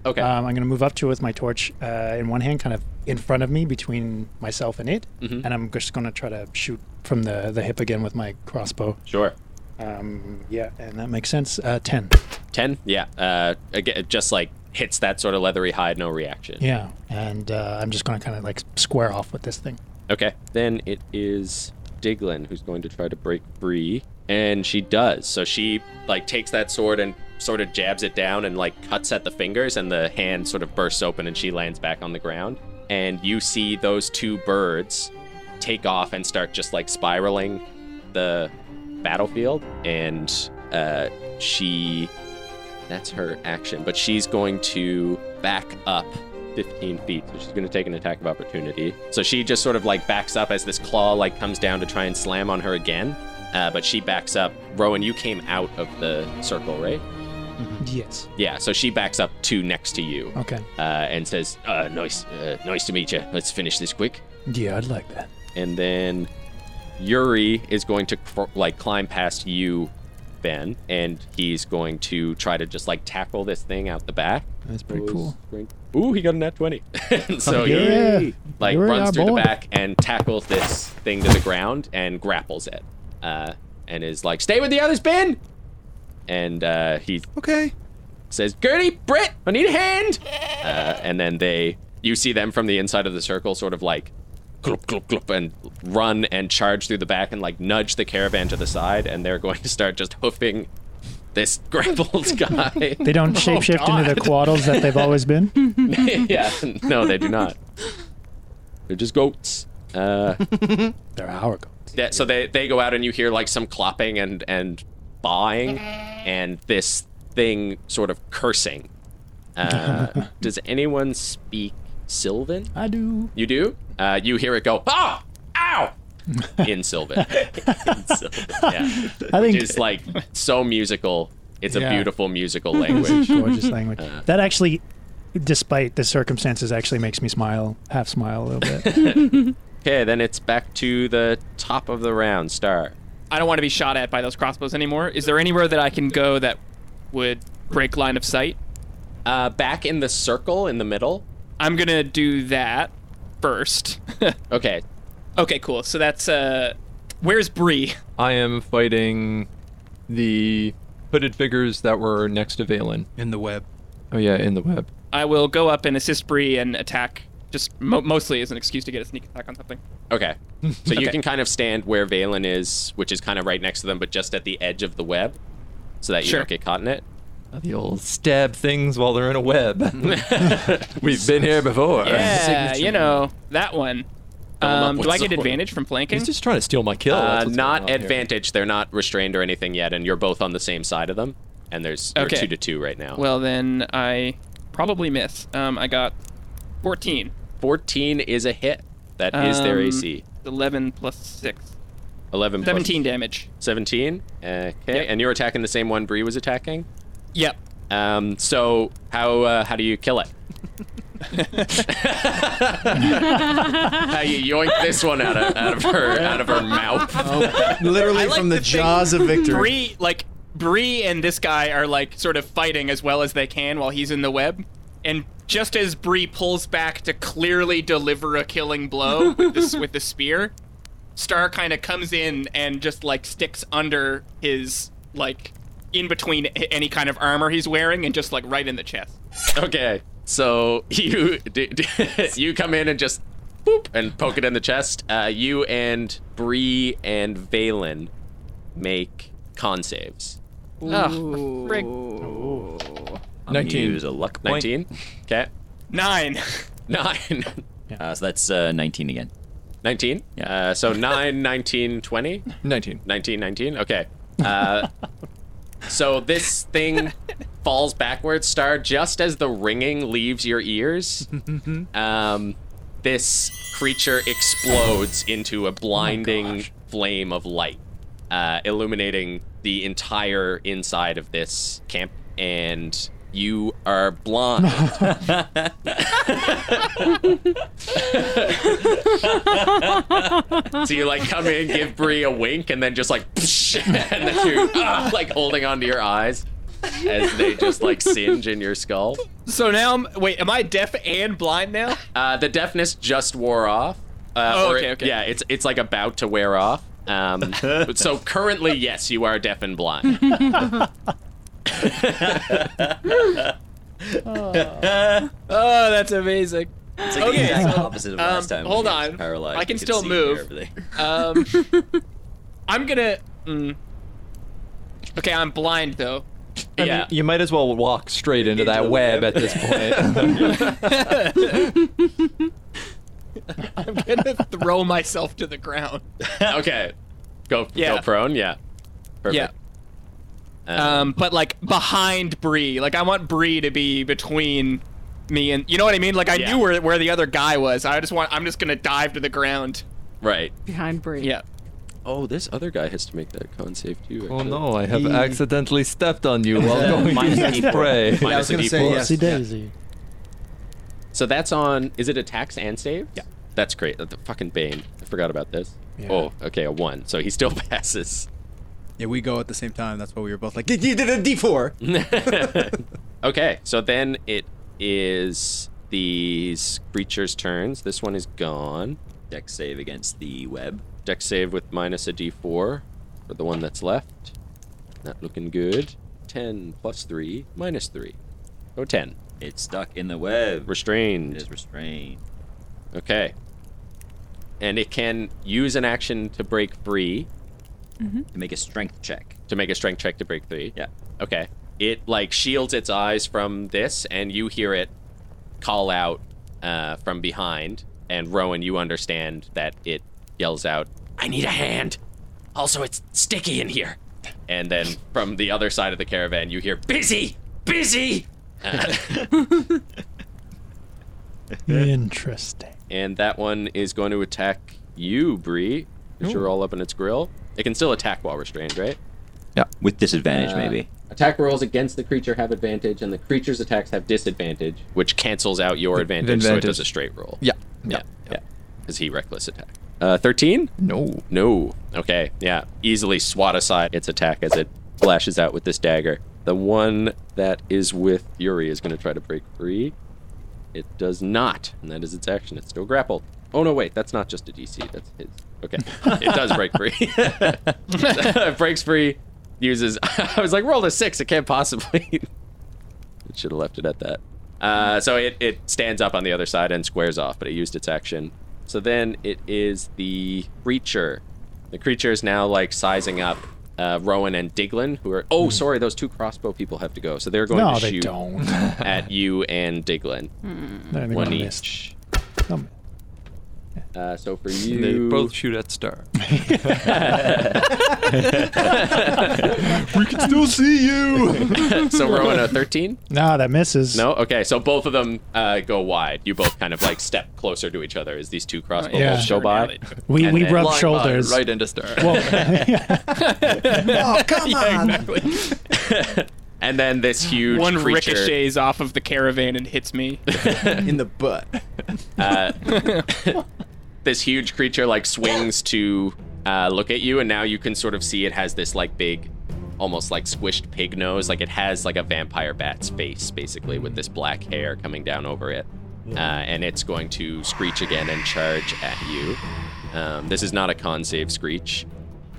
Speaker 2: Okay.
Speaker 6: Um, I'm going to move up to it with my torch uh, in one hand, kind of in front of me between myself and it,
Speaker 2: Mm-hmm.
Speaker 6: and I'm just going to try to shoot from the, the hip again with my crossbow.
Speaker 2: sure.
Speaker 6: Um, yeah, and that makes sense. Uh, 10.
Speaker 2: 10 yeah uh again it just like hits that sort of leathery hide no reaction
Speaker 6: Yeah, and uh, I'm just going to kind of like square off with this thing.
Speaker 2: Okay. Then it is Diglin who's going to try to break Bree, and she does. So she like takes that sword and sort of jabs it down and like cuts at the fingers, and the hand sort of bursts open, and she lands back on the ground. And you see those two birds take off and start just like spiraling the battlefield, and uh, she. That's her action, but she's going to back up 15 feet, so she's going to take an attack of opportunity. So she just sort of like backs up as this claw like comes down to try and slam on her again, uh, but she backs up. Rowan, you came out of the circle, right?
Speaker 6: Yes.
Speaker 2: Yeah, so she backs up to next to you
Speaker 6: Okay.
Speaker 2: uh, and says, uh, "Nice, uh, nice to meet you. Let's finish this quick."
Speaker 6: Yeah, I'd like that.
Speaker 2: and then Yuri is going to cr- like climb past you, Ben, and he's going to try to just like tackle this thing out the back.
Speaker 6: That's pretty cool.
Speaker 2: Ooh, he got a nat twenty. And so
Speaker 6: Yeah.
Speaker 2: he like
Speaker 6: Yuri,
Speaker 2: runs
Speaker 6: our
Speaker 2: through the
Speaker 6: boy.
Speaker 2: back and tackles this thing to the ground and grapples it, uh, and is like, "Stay with the others, Ben." And uh, he
Speaker 8: Okay.
Speaker 2: says, Gertie, Britt, I need a hand. Uh, and then they, you see them from the inside of the circle, sort of like, glup, glup, glup, and run and charge through the back and like nudge the caravan to the side. And they're going to start just hoofing this grappled guy.
Speaker 6: They don't shapeshift into the quaddles that they've always been.
Speaker 2: yeah, no, they do not. They're just goats. Uh,
Speaker 6: They're our goats.
Speaker 2: that, so they, they go out and you hear like some clopping and and bawing and this thing sort of cursing uh, does anyone speak sylvan
Speaker 6: I do.
Speaker 2: you do uh, you hear it go ah ow in sylvan, In Sylvan, yeah
Speaker 6: I think
Speaker 2: it's like so musical it's
Speaker 6: Yeah.
Speaker 2: a beautiful musical language
Speaker 6: gorgeous language. That actually, despite the circumstances, actually makes me smile, half smile a little bit.
Speaker 2: okay then it's back to the top of the round star
Speaker 4: I don't want to be shot at by those crossbows anymore. Is there anywhere that I can go that would break line of sight?
Speaker 2: uh, back in the circle in the middle
Speaker 4: I'm gonna do that first.
Speaker 2: okay
Speaker 4: okay, cool. So that's uh, where's Bree?
Speaker 1: I am fighting the hooded figures that were next to Valen.
Speaker 8: In the web.
Speaker 1: Oh yeah, in the web.
Speaker 4: I will go up and assist Bree and attack. Just mo- mostly as an excuse to get a sneak attack on something.
Speaker 2: Okay. So you
Speaker 4: Okay.
Speaker 2: can kind of stand where Valen is, which is kind of right next to them, but just at the edge of the web, so that you
Speaker 4: Sure.
Speaker 2: don't get caught in it.
Speaker 1: Uh, The old stab things while they're in a web. We've been here before.
Speaker 4: Yeah, you know that one.
Speaker 2: up
Speaker 4: Um,
Speaker 2: with
Speaker 4: do I get
Speaker 2: someone.
Speaker 4: advantage from flanking?
Speaker 1: He's just trying to steal my kill.
Speaker 2: Uh,
Speaker 1: Oh, That's what's
Speaker 2: not
Speaker 1: going on here.
Speaker 2: advantage. They're not restrained or anything yet, and you're both on the same side of them. And there's you're
Speaker 4: Okay.
Speaker 2: two to two right now.
Speaker 4: Well, then I probably miss. Um, I got 14.
Speaker 2: 14 is a hit. That is their
Speaker 4: Um,
Speaker 2: AC.
Speaker 4: 11 plus 6.
Speaker 2: 11. plus-
Speaker 4: 17 damage.
Speaker 2: 17. Okay.
Speaker 4: Yep.
Speaker 2: And you're attacking the same one Bree was attacking.
Speaker 4: Yep.
Speaker 2: Um, so how uh, how do you kill it? how you yoink this one out of, out of her out of her mouth?
Speaker 8: Oh, Literally
Speaker 4: like
Speaker 8: from the,
Speaker 4: the thing-
Speaker 8: jaws of victory.
Speaker 4: Bree, like, Bree and this guy are, like, sort of fighting as well as they can while he's in the web. And just as Bree pulls back to clearly deliver a killing blow with, this, with the spear, Star kind of comes in and just, like, sticks under his, like, in between a- any kind of armor he's wearing and just, like, right in the chest.
Speaker 2: Okay, so you d- d- you come in and just boop and poke it in the chest. Uh, you and Bree and Valen make con saves.
Speaker 4: Oh, frick.
Speaker 5: I'm gonna
Speaker 1: 19.
Speaker 5: Use a luck point.
Speaker 2: Nineteen. Okay.
Speaker 4: Nine.
Speaker 2: Nine.
Speaker 5: Uh, so that's uh, 19 again.
Speaker 2: 19?
Speaker 5: Yeah.
Speaker 2: Uh, so 9, 19, 20?
Speaker 1: 19.
Speaker 2: 19, 19? Okay. Uh, so this thing falls backwards, Star, just as the ringing leaves your ears. Um, this creature explodes into a blinding flame of light, uh, illuminating the entire inside of this camp. And you are blind. So you like come in, give Bree a wink, and then just like, psh, and then you're ah, like holding onto your eyes as they just like singe in your skull.
Speaker 4: So now, I'm, wait, am I deaf and blind now?
Speaker 2: Uh, the deafness just wore off. Uh,
Speaker 4: Oh,
Speaker 2: or-
Speaker 4: okay, okay.
Speaker 2: Yeah, it's it's like about to wear off. Um, so currently, yes, you are deaf and blind.
Speaker 4: Oh, that's amazing.
Speaker 5: It's like
Speaker 4: Okay,
Speaker 5: the exact
Speaker 4: so,
Speaker 5: opposite of
Speaker 4: um,
Speaker 5: last time. when
Speaker 4: hold
Speaker 5: he was
Speaker 4: on.
Speaker 5: Paralyzed.
Speaker 4: I can
Speaker 5: He could
Speaker 4: still
Speaker 5: see
Speaker 4: move.
Speaker 5: everything.
Speaker 4: Um, I'm gonna. Mm. Okay, I'm blind though.
Speaker 2: yeah.
Speaker 1: You might as well walk straight into, that
Speaker 5: the
Speaker 1: web,
Speaker 5: web.
Speaker 1: at this point.
Speaker 4: I'm gonna throw myself to the ground.
Speaker 2: okay. Go,
Speaker 4: Yeah.
Speaker 2: go prone. Yeah. Perfect.
Speaker 4: Yeah. Um, but like behind Bree, like I want Bree to be between me and you know what I mean. Like I
Speaker 2: Yeah.
Speaker 4: knew where where the other guy was. I just want. I'm just gonna dive to the ground.
Speaker 2: Right.
Speaker 9: behind Bree.
Speaker 4: Yeah.
Speaker 2: Oh, this other guy has to make that con save too.
Speaker 1: oh
Speaker 2: actually.
Speaker 1: no, I have accidentally stepped on you while
Speaker 4: Oh,
Speaker 1: going
Speaker 5: Minus
Speaker 1: to
Speaker 5: eight.
Speaker 1: spray.
Speaker 8: I
Speaker 2: Minus
Speaker 8: was
Speaker 2: a
Speaker 8: gonna
Speaker 2: D4.
Speaker 8: say yes.
Speaker 6: Oopsie daisy.
Speaker 2: So that's on. Is it attacks and saves? Yeah. That's great. The fucking Bane. I forgot about this.
Speaker 8: Yeah.
Speaker 2: Oh, okay. A one. So he still passes.
Speaker 8: Yeah, we go at the same time. That's why we were both like, you did a D4.
Speaker 2: Okay. So then it is these creatures' turns. This one is gone.
Speaker 5: Deck save against the web.
Speaker 2: Deck save with minus a d4 for the one that's left. Not looking good. 10 plus 3 minus 3. Oh, 10.
Speaker 5: It's stuck in the web. It
Speaker 2: Restrained.
Speaker 5: is restrained.
Speaker 2: Okay. And it can use an action to break free,
Speaker 5: To make a strength check.
Speaker 2: to make a strength check to break free.
Speaker 5: Yeah.
Speaker 2: Okay. It like shields its eyes from this, and you hear it call out uh, from behind. And Rowan, you understand that it yells out, "I need a hand." Also, it's sticky in here. And then from the other side of the caravan, you hear, "Busy, busy." Uh,
Speaker 6: Interesting.
Speaker 2: and that one is going to attack you, Bree, because you're all up in its grill. It can still attack while restrained, right?
Speaker 5: Yeah. With disadvantage,
Speaker 2: Uh,
Speaker 5: maybe.
Speaker 2: Attack rolls against the creature have advantage, and the creature's attacks have disadvantage, which cancels out your advantage, so it
Speaker 1: advantage.
Speaker 2: does a straight roll.
Speaker 1: Yeah.
Speaker 2: yeah, yeah. Because he reckless attack. Uh, Thirteen?
Speaker 1: No.
Speaker 2: No. Okay, yeah. Easily swat aside its attack as it flashes out with this dagger. The one that is with Yuri is going to try to break free. It does not, and that is its action. It's still grappled. Oh no, wait, that's not just a DC. That's his. Okay, it does break free. it breaks free. Uses. I was like, rolled a six. It can't possibly. it should have left it at that. Uh, so it it stands up on the other side and squares off, but it used its action. So then it is the creature. The creature is now like sizing up. Uh, Rowan and Diglin, who are oh sorry, those two crossbow people have to go, so they're going
Speaker 6: Hmm. No,
Speaker 2: to
Speaker 6: they
Speaker 2: shoot
Speaker 6: don't.
Speaker 2: at you and Diglin.
Speaker 6: They're gonna
Speaker 2: One
Speaker 6: miss.
Speaker 2: each.
Speaker 6: Some-
Speaker 2: Uh, so for
Speaker 1: They
Speaker 2: you,
Speaker 1: both shoot at Star.
Speaker 7: we can still see you.
Speaker 2: so Rowan a thirteen.
Speaker 6: No, that misses.
Speaker 2: No, okay. So both of them uh, go wide. You both kind of like step closer to each other as these two crossbow
Speaker 6: yeah.
Speaker 2: bolts go
Speaker 6: Sure,
Speaker 2: by.
Speaker 6: We,
Speaker 2: And
Speaker 6: we
Speaker 2: then-
Speaker 6: rub
Speaker 1: Flying by
Speaker 6: shoulders.
Speaker 1: Right into Star.
Speaker 6: Well,
Speaker 8: Oh, come on.
Speaker 2: And then this huge
Speaker 4: One
Speaker 2: creature,
Speaker 4: ricochets off of the caravan and hits me.
Speaker 8: In the butt.
Speaker 2: this huge creature like swings to uh, look at you, and now you can sort of see it has this like big, almost like squished pig nose. Like it has like a vampire bat's face, basically, with this black hair coming down over it. Uh, and it's going to screech again and charge at you. Um, this is not a con save screech.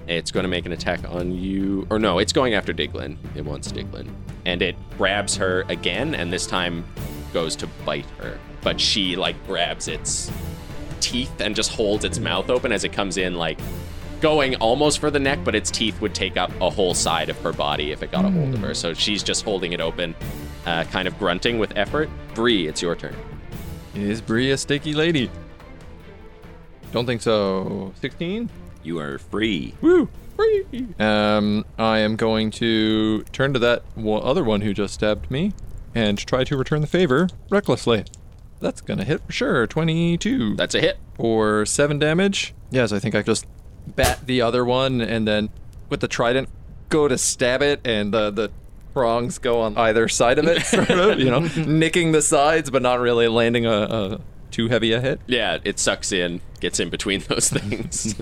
Speaker 2: It's going to make an attack on you. Or no, it's going after Diglin. It wants Diglin. And it grabs her again, and this time goes to bite her. But she, like, grabs its teeth and just holds its mouth open as it comes in, like, going almost for the neck, but its teeth would take up a whole side of her body if it got a hold
Speaker 5: Hmm.
Speaker 2: of her. So she's just holding it open, uh, kind of grunting with effort. Bree, it's your turn.
Speaker 1: Is Bree a sticky lady? Don't think so. 16?
Speaker 5: You are free.
Speaker 1: Woo! Free! Um, I am going to turn to that one, other one who just stabbed me and try to return the favor recklessly. That's gonna hit for sure. 22.
Speaker 2: That's a hit.
Speaker 1: Or 7 damage. Yes, I think I just bat the other one and then with the trident go to stab it and the, the prongs go on either side of it, sort of, you know, nicking the sides but not really landing a, a too heavy a hit.
Speaker 2: Yeah, it sucks in, gets in between those things.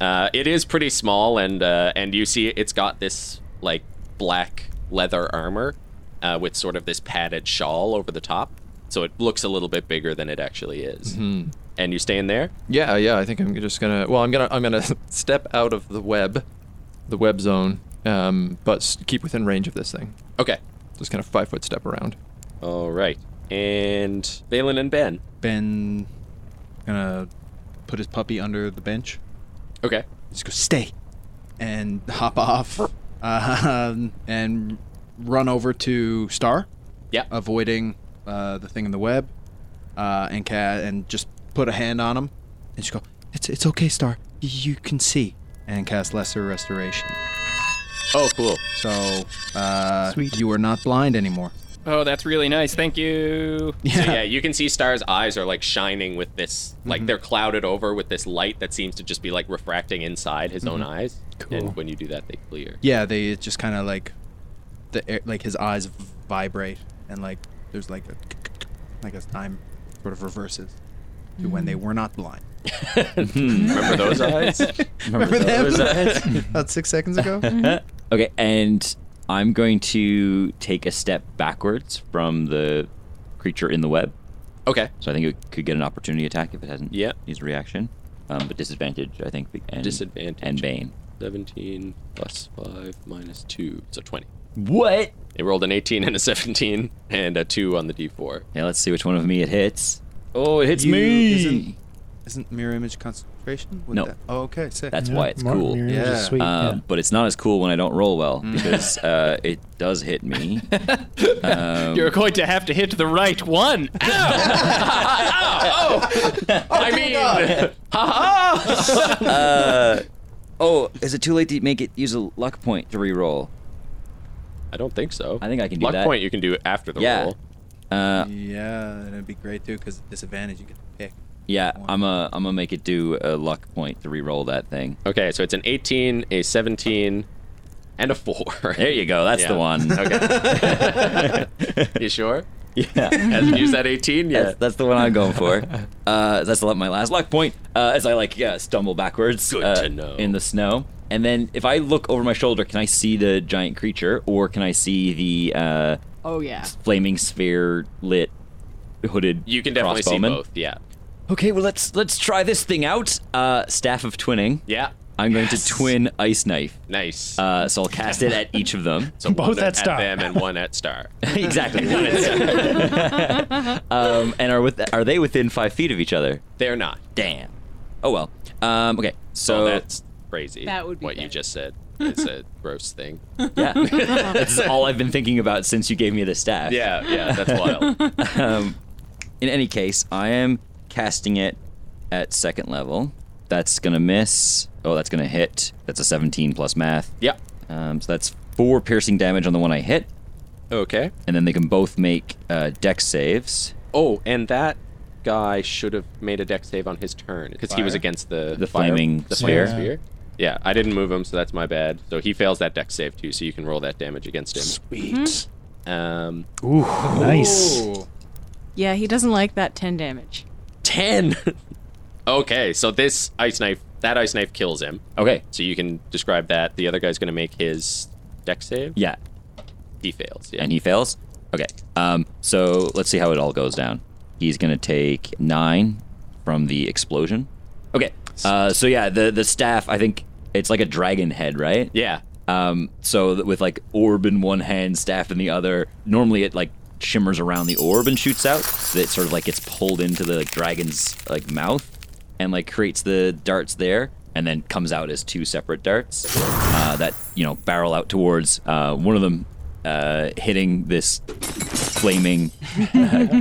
Speaker 2: uh, it is pretty small, and uh, and you see it's got this like black leather armor uh, with sort of this padded shawl over the top, so it looks a little bit bigger than it actually is. And you stay in there.
Speaker 1: Yeah, yeah. I think I'm just gonna. Well, I'm gonna. I'm gonna step out of the web, the web zone, um, but s- keep within range of this thing.
Speaker 2: Okay.
Speaker 1: Just kind of five foot step around.
Speaker 2: All right. And Valen and Ben.
Speaker 8: Ben gonna put his puppy under the bench.
Speaker 2: Okay.
Speaker 8: Just go stay, and hop off, um, and run over to Star,
Speaker 2: Yeah.
Speaker 8: avoiding uh, the thing in the web, uh, and ca- and just put a hand on him, and just go. It's it's okay, Star. Y- You can see, and cast Lesser Restoration.
Speaker 2: Oh, cool.
Speaker 8: So uh,
Speaker 6: Sweet.
Speaker 8: you are not blind anymore.
Speaker 4: Oh, that's really nice. Thank you.
Speaker 2: So yeah, you can see Star's eyes are like shining with this, like they're clouded over with this light that seems to just be like refracting inside his own eyes.
Speaker 6: Cool.
Speaker 2: And when you do that, they clear.
Speaker 8: Yeah, they it just kind of like the air, like his eyes vibrate and like there's like a like as time sort of reverses to when they were not blind.
Speaker 2: Remember those eyes?
Speaker 8: Remember
Speaker 5: those
Speaker 8: them? About six seconds ago.
Speaker 5: Okay, and I'm going to take a step backwards from the creature in the web.
Speaker 2: Okay.
Speaker 5: So I think it could get an opportunity attack if it hasn't
Speaker 2: Yeah.
Speaker 5: used a reaction. Um, but disadvantage, I think. be- And,
Speaker 2: Disadvantage.
Speaker 5: And Bane.
Speaker 2: 17 plus 5 minus 2. So 20.
Speaker 5: What?
Speaker 2: It rolled an 18 and a 17 and a 2 on the d4.
Speaker 5: Yeah, let's see which one of me it hits. Oh, it hits
Speaker 8: You-
Speaker 5: me!
Speaker 8: isn't- Isn't mirror image concentration? Would
Speaker 5: No.
Speaker 8: that- oh, okay, sick.
Speaker 5: That's
Speaker 6: Yeah,
Speaker 5: why it's
Speaker 6: Martin,
Speaker 5: cool.
Speaker 6: your ears are
Speaker 8: Yeah.
Speaker 6: sweet,
Speaker 5: Uh, But it's not as cool when I don't roll well
Speaker 2: Mm.
Speaker 5: because uh, it does hit me.
Speaker 4: You're going to have to hit the right one. Ow!
Speaker 2: Oh! I mean,
Speaker 5: Oh, is it too late to make it use a luck point to re-roll?
Speaker 2: I don't think so.
Speaker 5: I think I can do
Speaker 2: Luck
Speaker 5: that.
Speaker 2: point you can do it after the
Speaker 5: Yeah.
Speaker 2: roll.
Speaker 5: Uh,
Speaker 8: yeah, and it'd be great too because disadvantage you get to pick.
Speaker 5: yeah, I'm a I'm gonna make it do a luck point to re-roll that thing.
Speaker 2: Okay, so it's an 18, a 17, and a 4.
Speaker 5: There you go. That's the
Speaker 2: Yeah.
Speaker 5: one.
Speaker 2: You sure?
Speaker 5: yeah.
Speaker 2: Hasn't used that 18 yet.
Speaker 5: That's, that's the one I'm going for. Uh, that's a lot- my last luck point. Uh, as I like yeah, stumble backwards
Speaker 2: Good
Speaker 5: uh,
Speaker 2: to know.
Speaker 5: in the snow, and then if I look over my shoulder, can I see the giant creature, or can I see the uh,
Speaker 9: Oh yeah.
Speaker 5: flaming sphere lit hooded?
Speaker 2: you can definitely see
Speaker 5: crossbowman?
Speaker 2: both. Yeah.
Speaker 5: Okay, well let's let's try this thing out. Uh, Staff of Twinning.
Speaker 2: Yeah.
Speaker 5: I'm going to twin ice knife.
Speaker 2: Nice.
Speaker 5: Uh, so I'll cast it at each of them.
Speaker 2: so
Speaker 6: both
Speaker 2: one
Speaker 6: at star.
Speaker 2: them and one at star.
Speaker 5: exactly. One at- um, and are with are they within five feet of each other?
Speaker 2: They're not.
Speaker 5: Damn. Oh well. Um, okay.
Speaker 2: So
Speaker 5: So
Speaker 2: that's crazy.
Speaker 9: That would be
Speaker 2: what you
Speaker 9: bad.
Speaker 2: just said. It's a gross thing.
Speaker 5: yeah, this is all I've been thinking about since you gave me the staff.
Speaker 2: Yeah, yeah, that's wild.
Speaker 5: Um, in any case, I am casting it at second level. That's gonna miss. Oh, that's gonna hit. That's a 17 plus math.
Speaker 2: Yep.
Speaker 5: Um, so that's four piercing damage on the one I hit,
Speaker 2: Okay.
Speaker 5: and then they can both make uh, dex saves.
Speaker 2: Oh, and that guy should have made a deck save on his turn because he was
Speaker 8: Fire?
Speaker 2: against the
Speaker 5: The
Speaker 2: fire-
Speaker 5: flaming
Speaker 2: the flaming
Speaker 6: sphere.
Speaker 2: sphere. Yeah, I didn't move him, so that's my bad. So he fails that deck save too, so you can roll that damage against
Speaker 6: Sweet.
Speaker 2: him. Um,
Speaker 6: Ooh, nice.
Speaker 9: Yeah, he doesn't like that ten damage.
Speaker 2: ten. okay, so this ice knife, that ice knife kills him.
Speaker 5: Okay.
Speaker 2: So you can describe that. The other guy's going to make his deck save.
Speaker 5: Yeah,
Speaker 2: He fails. Yeah.
Speaker 5: and he fails. Okay. Um, so let's see how it all goes down. He's gonna take nine from the explosion. Okay. Uh, so yeah, the the staff. I think it's like a dragon head, right?
Speaker 2: yeah.
Speaker 5: Um, so that with like orb in one hand, staff in the other. Normally, it like shimmers around the orb and shoots out. So that it sort of like gets pulled into the like, dragon's like mouth, and like creates the darts there, and then comes out as two separate darts uh, that you know barrel out towards uh, one of them, uh, hitting this flaming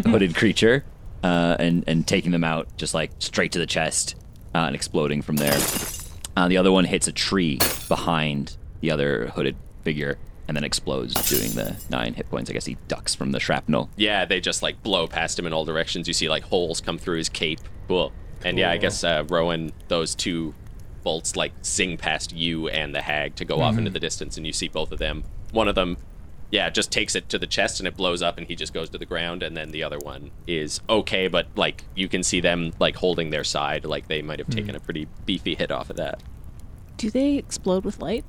Speaker 5: hooded creature, uh, and and taking them out just like straight to the chest uh, and exploding from there. Uh, the other one hits a tree behind the other hooded figure and then explodes, doing the nine hit points. I guess he ducks from the shrapnel.
Speaker 2: Yeah, they just like blow past him in all directions. You see like holes come through his cape. Cool. And yeah, I guess uh, Rowan, those two bolts like sing past you and the hag to go off into the distance, and you see both of them. One of them, yeah, just takes it to the chest and it blows up, and he just goes to the ground. And then the other one is okay, but like you can see them like holding their side, like they might have taken a pretty beefy hit off of that.
Speaker 9: Do they explode with light?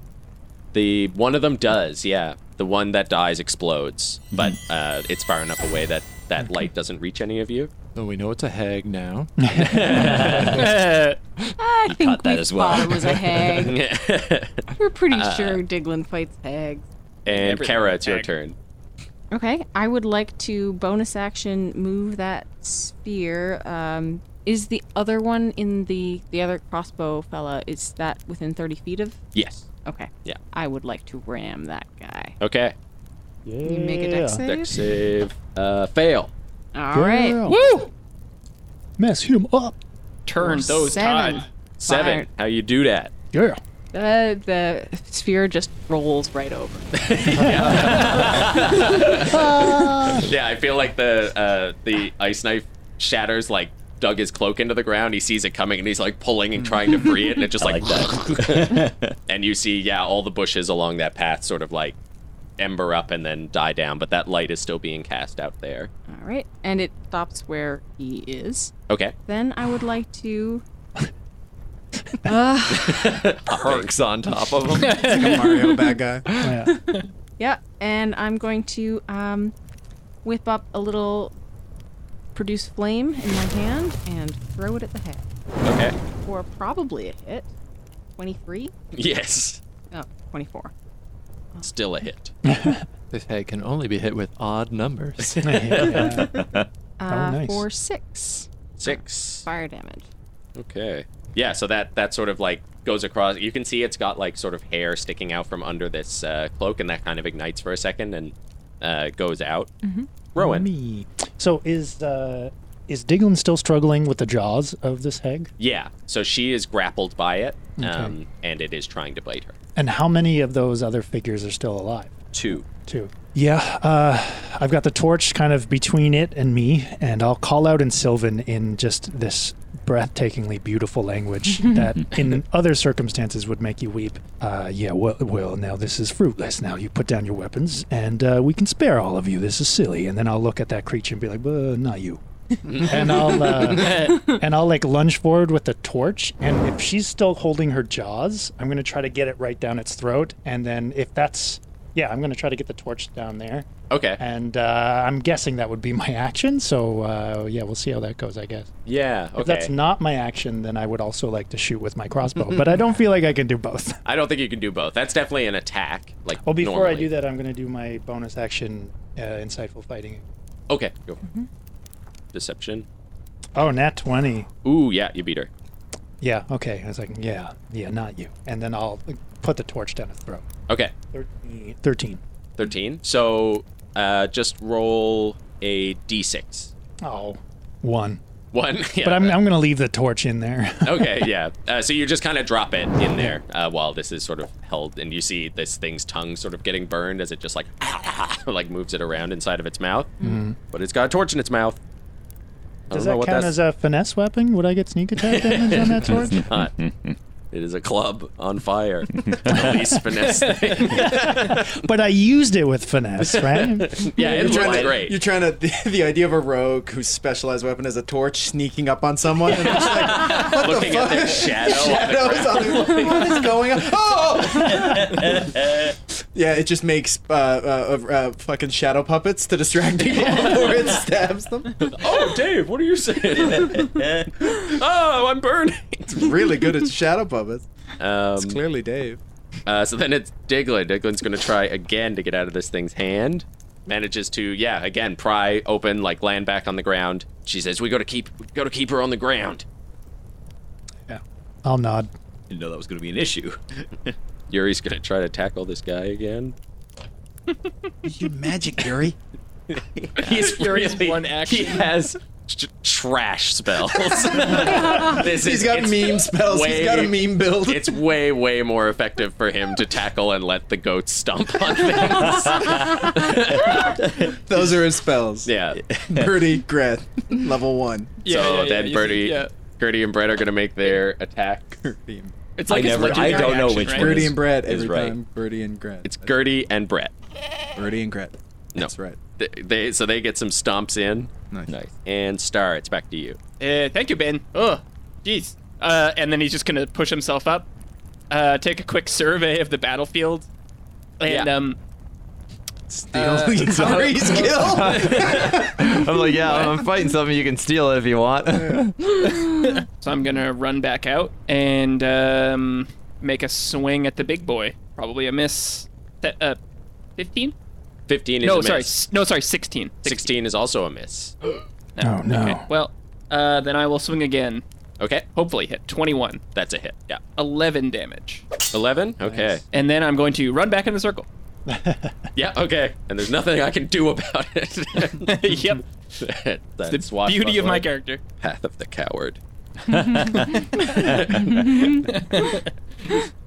Speaker 2: The one of them does, yeah. The one that dies explodes, but uh, it's far enough away that that light doesn't reach any of you.
Speaker 1: So we know it's a hag now.
Speaker 9: I think
Speaker 5: caught that
Speaker 9: we
Speaker 5: as well. Uh,
Speaker 9: thought it was a hag.
Speaker 2: and
Speaker 9: We're pretty sure Diglin fights hags.
Speaker 2: Kara, it's your turn.
Speaker 9: Okay, I would like to bonus action move that spear. Um, is the other one in the the other crossbow fella? Is that within thirty feet of?
Speaker 2: Yes.
Speaker 9: Okay.
Speaker 2: Yeah.
Speaker 9: I would like to ram that guy.
Speaker 5: Oh,
Speaker 2: Okay.
Speaker 9: Can you make a dex save?
Speaker 2: Dex save. Uh, fail.
Speaker 9: All right.
Speaker 6: Yeah.
Speaker 9: Woo!
Speaker 6: Mess him up.
Speaker 4: Turn those
Speaker 9: Seven.
Speaker 4: tide.
Speaker 2: Seven.
Speaker 9: Fired.
Speaker 2: How you do that?
Speaker 6: Yeah.
Speaker 9: Uh, the sphere just rolls right over.
Speaker 2: Yeah, I feel like the uh, the ice knife shatters like dug his cloak into the ground. He sees it coming and he's like pulling and trying to free it, and it just like, and you see, yeah, all the bushes along that path sort of like ember up and then die down, but that light is still being cast out there.
Speaker 9: All right, and it stops where he is.
Speaker 2: Okay.
Speaker 9: Then I would like to.
Speaker 1: Perks on top of him.
Speaker 8: Mario bad guy.
Speaker 6: Yeah.
Speaker 9: Yeah, and I'm going to um, whip up a little produce flame in my hand and throw it at the head.
Speaker 2: Okay.
Speaker 9: Or probably a hit. 23?
Speaker 2: Yes.
Speaker 9: No, 24.
Speaker 2: Still a hit.
Speaker 1: this head can only be hit with odd numbers.
Speaker 6: Yeah.
Speaker 9: Uh,
Speaker 6: Oh, nice.
Speaker 9: For 6
Speaker 2: Six.
Speaker 9: fire damage.
Speaker 2: Okay. Yeah, so that that sort of like goes across. You can see it's got like sort of hair sticking out from under this uh, cloak, and that kind of ignites for a second and uh, goes out.
Speaker 6: Mm-hmm.
Speaker 2: Rowan.
Speaker 6: Me. So is uh, is Diglin still struggling with the jaws of this hag?
Speaker 2: Yeah. So she is grappled by it, um, and it is trying to bite her.
Speaker 6: And how many of those other figures are still alive?
Speaker 2: Two.
Speaker 6: Two. Yeah, uh, I've got the torch kind of between it and me, and I'll call out in Sylvan in just this breathtakingly beautiful language that in other circumstances would make you weep. Uh, yeah, well, well, now this is fruitless. Now you put down your weapons, and uh, we can spare all of you. This is silly. And then I'll look at that creature and be like, "Well, not you." and I'll uh,
Speaker 2: Hmm.
Speaker 6: and I'll like lunge forward with the torch. And if she's still holding her jaws, I'm gonna try to get it right down its throat. And then if that's yeah, I'm gonna try to get the torch down there.
Speaker 2: Okay.
Speaker 6: And uh, I'm guessing that would be my action. So uh, yeah, we'll see how that goes. I guess
Speaker 2: yeah. Okay.
Speaker 6: if that's not my action, then I would also like to shoot with my crossbow. but I don't feel like I can do both.
Speaker 2: I don't think you can do both. That's definitely an attack. Like.
Speaker 6: Well, Oh, before I
Speaker 2: normally.
Speaker 6: do that, I'm gonna do my bonus action, uh, insightful fighting.
Speaker 2: Okay. Go. for it.
Speaker 6: Mm-hmm.
Speaker 2: Deception.
Speaker 6: Oh, nat twenty.
Speaker 2: Ooh, yeah, you beat her.
Speaker 6: Yeah. Okay. I was like, yeah, yeah, not you. And then I'll like, put the torch down its throat.
Speaker 2: Okay.
Speaker 6: 13. 13.
Speaker 2: 13. So uh, just roll a d6.
Speaker 6: Oh. One.
Speaker 2: One. Yeah,
Speaker 6: But I'm,
Speaker 2: that-
Speaker 6: I'm going to leave the torch in there.
Speaker 2: okay, yeah. Uh, so you just kind of drop it in there uh, while this is sort of held, and you see this thing's tongue sort of getting burned as it just like like moves it around inside of its mouth. But it's got a torch in its mouth. I
Speaker 6: Does
Speaker 2: don't know
Speaker 6: that
Speaker 2: what
Speaker 6: count
Speaker 2: that's
Speaker 6: as a finesse weapon? Would I get sneak attack damage on that torch?
Speaker 2: not. It is a club on fire. the least finesse thing.
Speaker 6: but I used it with finesse, right?
Speaker 2: Yeah, it
Speaker 8: You're
Speaker 2: looks
Speaker 8: trying, to,
Speaker 2: great.
Speaker 8: you're trying to the, the idea of a rogue whose specialized weapon is a torch sneaking up on someone and just like
Speaker 2: looking at their shadow. on the
Speaker 8: shadows on the- what is going on? Oh! yeah, it just makes uh, uh, uh, uh, fucking shadow puppets to distract people before it stabs them.
Speaker 2: Oh, Dave, what are you saying? oh, I'm burning.
Speaker 8: It's really good at shadow puppets.
Speaker 2: Um,
Speaker 8: It's clearly Dave.
Speaker 2: Uh, so then it's Diglin. Diglin's going to try again to get out of this thing's hand. Manages to, yeah, again pry open, like land back on the ground. She says, "We got to keep, we got to keep her on the ground."
Speaker 6: yeah. I'll nod.
Speaker 5: Didn't know that was going to be an issue.
Speaker 2: Yuri's going to try to tackle this guy again.
Speaker 8: You magic, Yuri.
Speaker 2: He's
Speaker 4: Yuri's
Speaker 2: really-
Speaker 4: one action.
Speaker 2: He has tr- trash spells. this
Speaker 8: He's got
Speaker 2: it's
Speaker 8: meme spells.
Speaker 2: way-
Speaker 8: He's got a meme build.
Speaker 2: It's way, way more effective for him to tackle and let the goat stomp on things.
Speaker 8: Those are his spells.
Speaker 2: yeah.
Speaker 8: Birdie Gret, level one.
Speaker 4: Yeah,
Speaker 2: so
Speaker 4: yeah, yeah,
Speaker 2: then
Speaker 4: you see-
Speaker 2: Birdie,
Speaker 4: yeah.
Speaker 2: Gertie, and Brett are going to make their attack.
Speaker 4: It's like
Speaker 5: I
Speaker 4: his
Speaker 5: never- I
Speaker 4: legendary
Speaker 5: don't know
Speaker 4: action,
Speaker 5: which
Speaker 4: right?
Speaker 5: one it
Speaker 8: Birdie
Speaker 5: is-
Speaker 8: and Brett
Speaker 5: is
Speaker 8: every
Speaker 5: right.
Speaker 8: time. Birdie and Gret.
Speaker 2: It's Gertie and Brett.
Speaker 8: Birdie and Gret.
Speaker 2: No.
Speaker 8: That's right.
Speaker 2: They, they so they get some stomps in.
Speaker 8: Nice.
Speaker 2: And Star, it's back to you.
Speaker 4: Uh, thank you, Ben. Oh, jeez. Uh, and then he's just gonna push himself up, uh, take a quick survey of the battlefield, and
Speaker 2: Yeah.
Speaker 4: um,
Speaker 8: Steal Yuri's kill.
Speaker 1: I'm like, yeah, I'm fighting something. You can steal it if you want.
Speaker 4: so I'm gonna run back out and um, make a swing at the big boy. Probably a miss. Th- uh, fifteen.
Speaker 2: 15 is
Speaker 4: No,
Speaker 2: a miss.
Speaker 4: sorry. s- No, sorry. 16.
Speaker 2: 16 is also a miss.
Speaker 6: Oh, no.
Speaker 4: Well, uh, then I will swing again.
Speaker 2: Okay,
Speaker 4: Hopefully hit 21.
Speaker 2: that's a hit. Yeah.
Speaker 4: 11 damage.
Speaker 2: 11? Okay.
Speaker 4: And then I'm going to run back in the circle.
Speaker 2: Yeah, okay. And there's nothing I can do about it.
Speaker 4: yep.
Speaker 2: That's
Speaker 4: The beauty of my character.
Speaker 2: Path of the coward.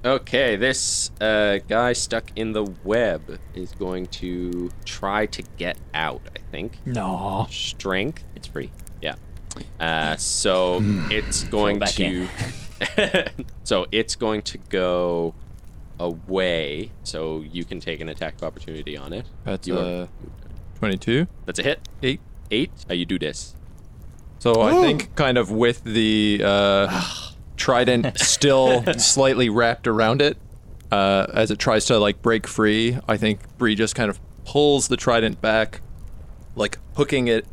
Speaker 2: okay, this uh, guy stuck in the web is going to try to get out, I think.
Speaker 6: No.
Speaker 2: Strength. It's free. Yeah. Uh, so it's going
Speaker 5: back
Speaker 2: to.
Speaker 5: in.
Speaker 2: so it's going to go away. So you can take an attack of opportunity on it.
Speaker 1: That's
Speaker 2: You are-
Speaker 1: uh, 22.
Speaker 2: That's a hit.
Speaker 1: Eight.
Speaker 2: Eight. Uh, you do this.
Speaker 1: So I think kind of with the uh, trident still slightly wrapped around it, uh, as it tries to like break free, I think Bree just kind of pulls the trident back, like hooking it.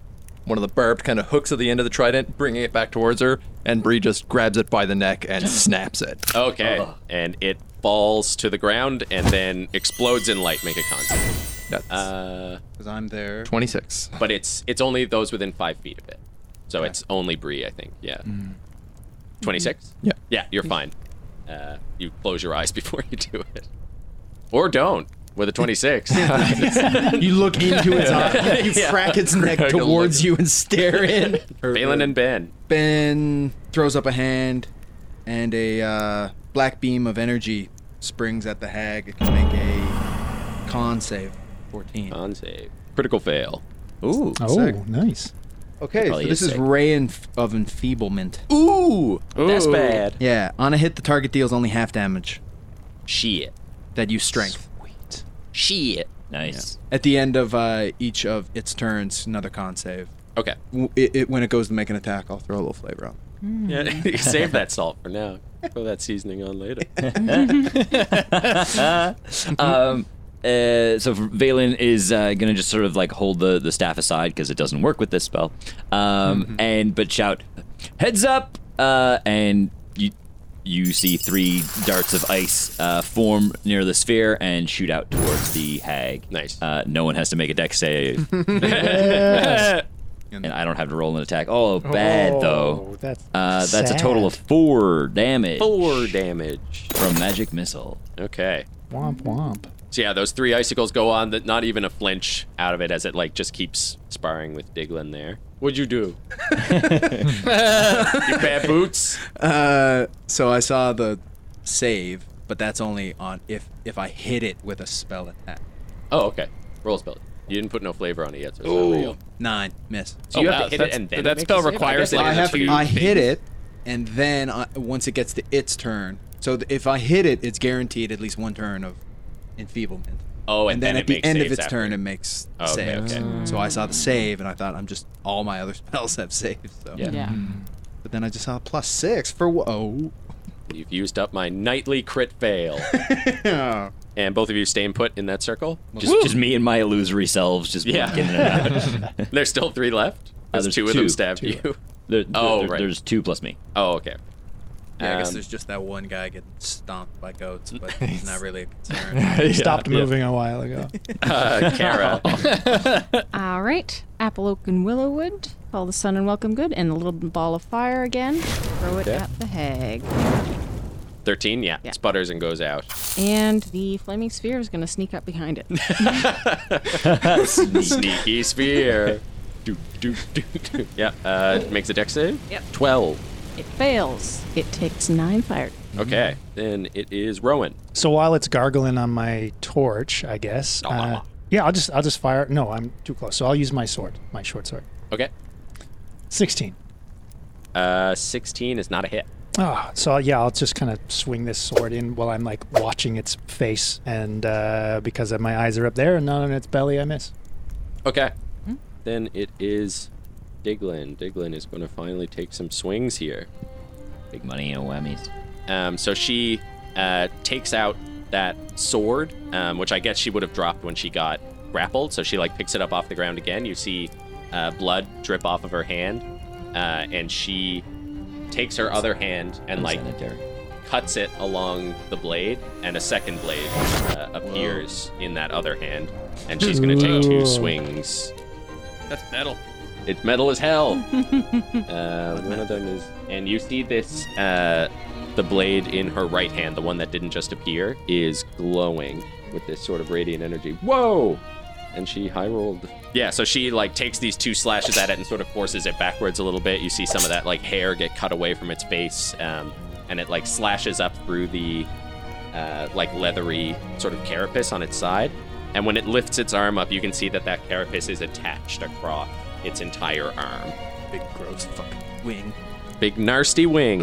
Speaker 1: One of the barbed kind of hooks at the end of the trident, bringing it back towards her, and Bree just grabs it by the neck and snaps it.
Speaker 2: Okay. And it falls to the ground and then explodes in light. Make a contact.
Speaker 1: That's
Speaker 2: Uh,
Speaker 8: Because I'm there.
Speaker 1: 26.
Speaker 2: but it's it's only those within five feet of it. So it's only Bree, I think. Yeah. Twenty six.
Speaker 1: Yeah.
Speaker 2: Yeah, you're fine. Uh, you close your eyes before you do it, or don't with a twenty six.
Speaker 8: You look into its eye. You crack its neck towards you and stare in.
Speaker 2: Balin and Ben.
Speaker 8: Ben throws up a hand, and a uh, black beam of energy springs at the hag. It can make a con save. 14.
Speaker 5: Oh.
Speaker 2: Con save. Critical fail.
Speaker 5: Ooh.
Speaker 6: Oh,
Speaker 8: Sick.
Speaker 6: nice.
Speaker 8: okay, so
Speaker 5: probably
Speaker 8: this
Speaker 5: is
Speaker 8: is
Speaker 5: sick.
Speaker 8: Ray enf- of Enfeeblement.
Speaker 2: Ooh, that's bad.
Speaker 8: Yeah, on a hit, the target deals only half damage
Speaker 2: Shit.
Speaker 8: that you strength.
Speaker 2: Shit.
Speaker 5: Nice.
Speaker 8: At the end of uh, each of its turns, another con save.
Speaker 2: Okay.
Speaker 8: W- It, it, when it goes to make an attack, I'll throw a little flavor on.
Speaker 2: Yeah, save that salt for now. Throw that seasoning on later.
Speaker 5: um, uh, so Valen is uh, gonna just sort of like hold the, the staff aside because it doesn't work with this spell, um,
Speaker 2: Mm-hmm.
Speaker 5: and but shout, "Heads up!" Uh, and you you see three darts of ice uh, form near the sphere and shoot out towards the hag.
Speaker 2: Nice.
Speaker 5: Uh, no one has to make a deck save, and I don't have to roll an attack. Oh, bad though.
Speaker 6: That's
Speaker 5: Uh, that's a
Speaker 6: sad.
Speaker 5: total of four damage
Speaker 2: Four damage.
Speaker 5: from magic missile.
Speaker 2: Okay.
Speaker 6: Womp womp.
Speaker 2: So yeah, those three icicles go on. That not even a flinch out of it, as it like just keeps sparring with Diglin there. What'd you do? you bad boots.
Speaker 8: Uh, so I saw the save, but that's only on if if I hit it with a spell attack.
Speaker 2: Oh, okay. Roll a spell. You didn't put no flavor on it yet, so it's
Speaker 8: Oh.
Speaker 2: not real.
Speaker 8: Nine miss.
Speaker 2: So you
Speaker 4: Oh,
Speaker 2: have to
Speaker 4: wow,
Speaker 2: hit it
Speaker 4: that's-
Speaker 2: and then
Speaker 4: that
Speaker 2: it makes
Speaker 4: spell
Speaker 2: a save? I
Speaker 4: requires
Speaker 2: guess
Speaker 4: like
Speaker 2: it
Speaker 8: Oh, I
Speaker 2: is
Speaker 8: have
Speaker 2: pretty-
Speaker 8: I hit it, and then I, once it gets to its turn, so th- if I hit it, it's guaranteed at least one turn of enfeeblement.
Speaker 2: Oh, and,
Speaker 8: And then,
Speaker 2: it
Speaker 8: at the
Speaker 2: makes
Speaker 8: end of
Speaker 2: saves
Speaker 8: its
Speaker 2: after.
Speaker 8: turn, it makes
Speaker 2: Oh, okay,
Speaker 8: saves.
Speaker 2: okay.
Speaker 8: So I saw the save, and I thought, I'm just all my other spells have saves. So.
Speaker 5: Yeah.
Speaker 9: Yeah.
Speaker 8: But then I just saw plus six for wh- oh.
Speaker 2: You've used up my nightly crit fail,
Speaker 8: Yeah.
Speaker 2: and both of you staying put in that circle.
Speaker 5: Just, just me and my illusory selves just
Speaker 2: Yeah.
Speaker 5: getting it out.
Speaker 2: There's still three left.
Speaker 5: Uh,
Speaker 2: Oh, There's
Speaker 5: there's
Speaker 2: two, of them
Speaker 5: two.
Speaker 2: stabbed
Speaker 5: Two.
Speaker 2: you.
Speaker 5: There,
Speaker 2: Oh,
Speaker 5: oh, there,
Speaker 2: right.
Speaker 5: There's two plus me.
Speaker 2: Oh, okay.
Speaker 8: Yeah, I guess
Speaker 2: Um,
Speaker 8: there's just that one guy getting stomped by goats, but it's not really a concern.
Speaker 6: He stopped moving a while ago.
Speaker 2: Uh, Kara.
Speaker 9: All right. Apple Oak and Willowwood. Call the sun and welcome good. And a little ball of fire again. Throw it
Speaker 2: Okay.
Speaker 9: at the hag.
Speaker 2: 13, yeah.
Speaker 9: Yeah.
Speaker 2: Sputters and goes out.
Speaker 9: And the flaming sphere is going to sneak up behind it.
Speaker 2: Sneaky sphere. do, do, do, do. Yeah, uh, makes a deck save?
Speaker 9: Yep.
Speaker 2: 12.
Speaker 9: it fails. It takes nine fire.
Speaker 2: Okay, then it is Rowan.
Speaker 6: So while it's gargling on my torch, I guess. Uh, yeah, I'll just I'll just fire. No, I'm too close. So I'll use my sword, my short sword.
Speaker 2: Okay.
Speaker 6: Sixteen.
Speaker 2: Uh, 16 is not a hit.
Speaker 6: Ah, so yeah, I'll just kind of swing this sword in while I'm like watching its face, and uh, because of my eyes are up there and not on its belly, I miss.
Speaker 2: Okay. Then it is Diglin. Diglin is going to finally take some swings here.
Speaker 5: Big money and whammies.
Speaker 2: Um, so she uh, takes out that sword, um, which I guess she would have dropped when she got grappled. So she like picks it up off the ground again. You see uh, blood drip off of her hand, uh, and she takes her other hand and like
Speaker 5: Sanitary.
Speaker 2: cuts it along the blade, and a second blade uh, appears in that other hand, and she's going to take two
Speaker 6: Whoa.
Speaker 2: swings.
Speaker 4: That's metal.
Speaker 2: It's metal as hell. uh, one of them is, and you see this. Uh, the blade in her right hand, the one that didn't just appear, is glowing with this sort of radiant energy. Whoa! And she high rolled. Yeah, so she like takes these two slashes at it and sort of forces it backwards a little bit. You see some of that like hair get cut away from its face, um, and it like slashes up through the uh, like leathery sort of carapace on its side. And when it lifts its arm up, you can see that that carapace is attached across its entire arm.
Speaker 8: Big gross fucking wing.
Speaker 2: Big nasty wing.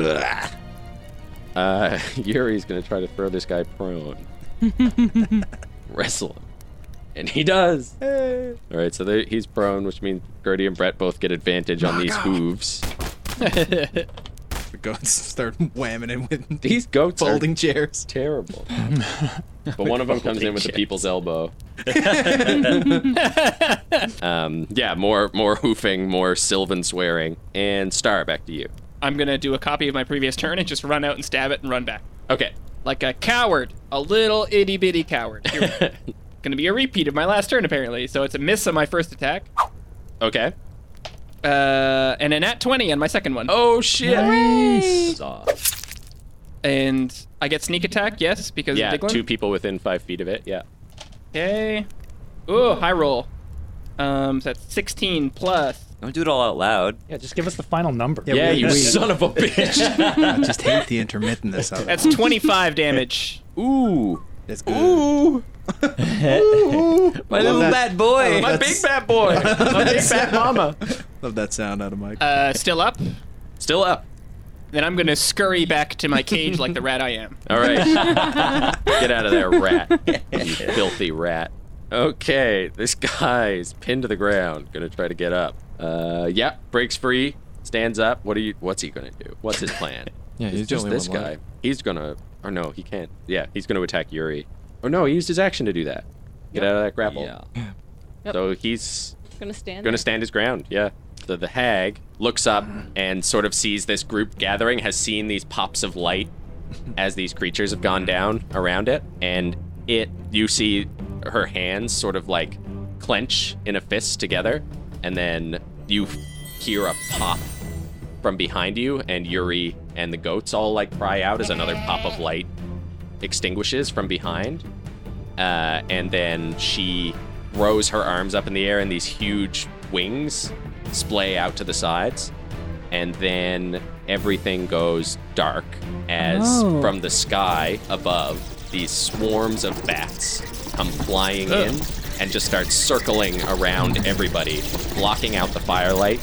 Speaker 2: Uh, Yuri's gonna try to throw this guy prone. Wrestle him. And he does. All right, so there, he's prone, which means Gertie and Brett both get advantage on these hooves.
Speaker 8: The goats start whamming him with
Speaker 2: These goats
Speaker 8: folding
Speaker 2: are
Speaker 8: chairs.
Speaker 2: terrible. but one of them comes in with the people's elbow. um, yeah, more more hoofing, more Sylvan swearing, and Star back to you.
Speaker 4: I'm gonna do a copy of my previous turn and just run out and stab it and run back.
Speaker 2: Okay,
Speaker 4: Like a coward. A little itty bitty coward. Here we go. gonna be a repeat of my last turn apparently, so it's a miss on my first attack.
Speaker 2: okay.
Speaker 4: Uh, and an at 20 on my second one.
Speaker 2: Oh shit!
Speaker 4: And I get sneak attack, yes, because
Speaker 2: Yeah,
Speaker 4: of Diglin?
Speaker 2: two people within five feet of it. Yeah.
Speaker 4: Okay. Ooh, high roll. Um, so that's 16 plus.
Speaker 5: Don't do it all out loud.
Speaker 6: Yeah, just give us the final number.
Speaker 2: Yeah,
Speaker 8: we-
Speaker 2: you
Speaker 8: we-
Speaker 2: son of a bitch.
Speaker 8: I just hate the intermittentness of it.
Speaker 4: That's 25 damage.
Speaker 5: Ooh.
Speaker 8: That's good. Ooh,
Speaker 5: My little
Speaker 8: that.
Speaker 5: bad boy.
Speaker 4: My
Speaker 8: That's-
Speaker 4: big fat boy. My big fat mama.
Speaker 8: Love that sound out of Mike.
Speaker 4: Uh, still up?
Speaker 2: Still up.
Speaker 4: Then I'm gonna scurry back to my cage like the rat I am.
Speaker 2: All right. Get out of there, rat. You filthy rat. Okay, this guy is pinned to the ground. Gonna try to get up. Uh, yeah, breaks free, stands up. What are you? What's he gonna do? What's his plan?
Speaker 1: Yeah,
Speaker 2: It's
Speaker 1: he's the
Speaker 2: just
Speaker 1: only
Speaker 2: this
Speaker 1: one
Speaker 2: guy.
Speaker 1: left.
Speaker 2: He's gonna. Or no, he can't. Yeah, he's gonna attack Yuri. Or no, he used his action to do that. Get out of that grapple.
Speaker 5: Yeah.
Speaker 2: So he's
Speaker 9: Gonna stand.
Speaker 2: Gonna
Speaker 9: there.
Speaker 2: stand his ground, yeah. So the hag looks up and sort of sees this group gathering, has seen these pops of light as these creatures have gone down around it, and it you see her hands sort of like clench in a fist together, and then you hear a pop from behind you, and Yuri and the goats all like cry out as another pop of light extinguishes from behind. Uh, and then she throws her arms up in the air, and these huge wings splay out to the sides. And then everything goes dark as
Speaker 9: Oh.
Speaker 2: from the sky above, these swarms of bats come flying in and just start circling around everybody, blocking out the firelight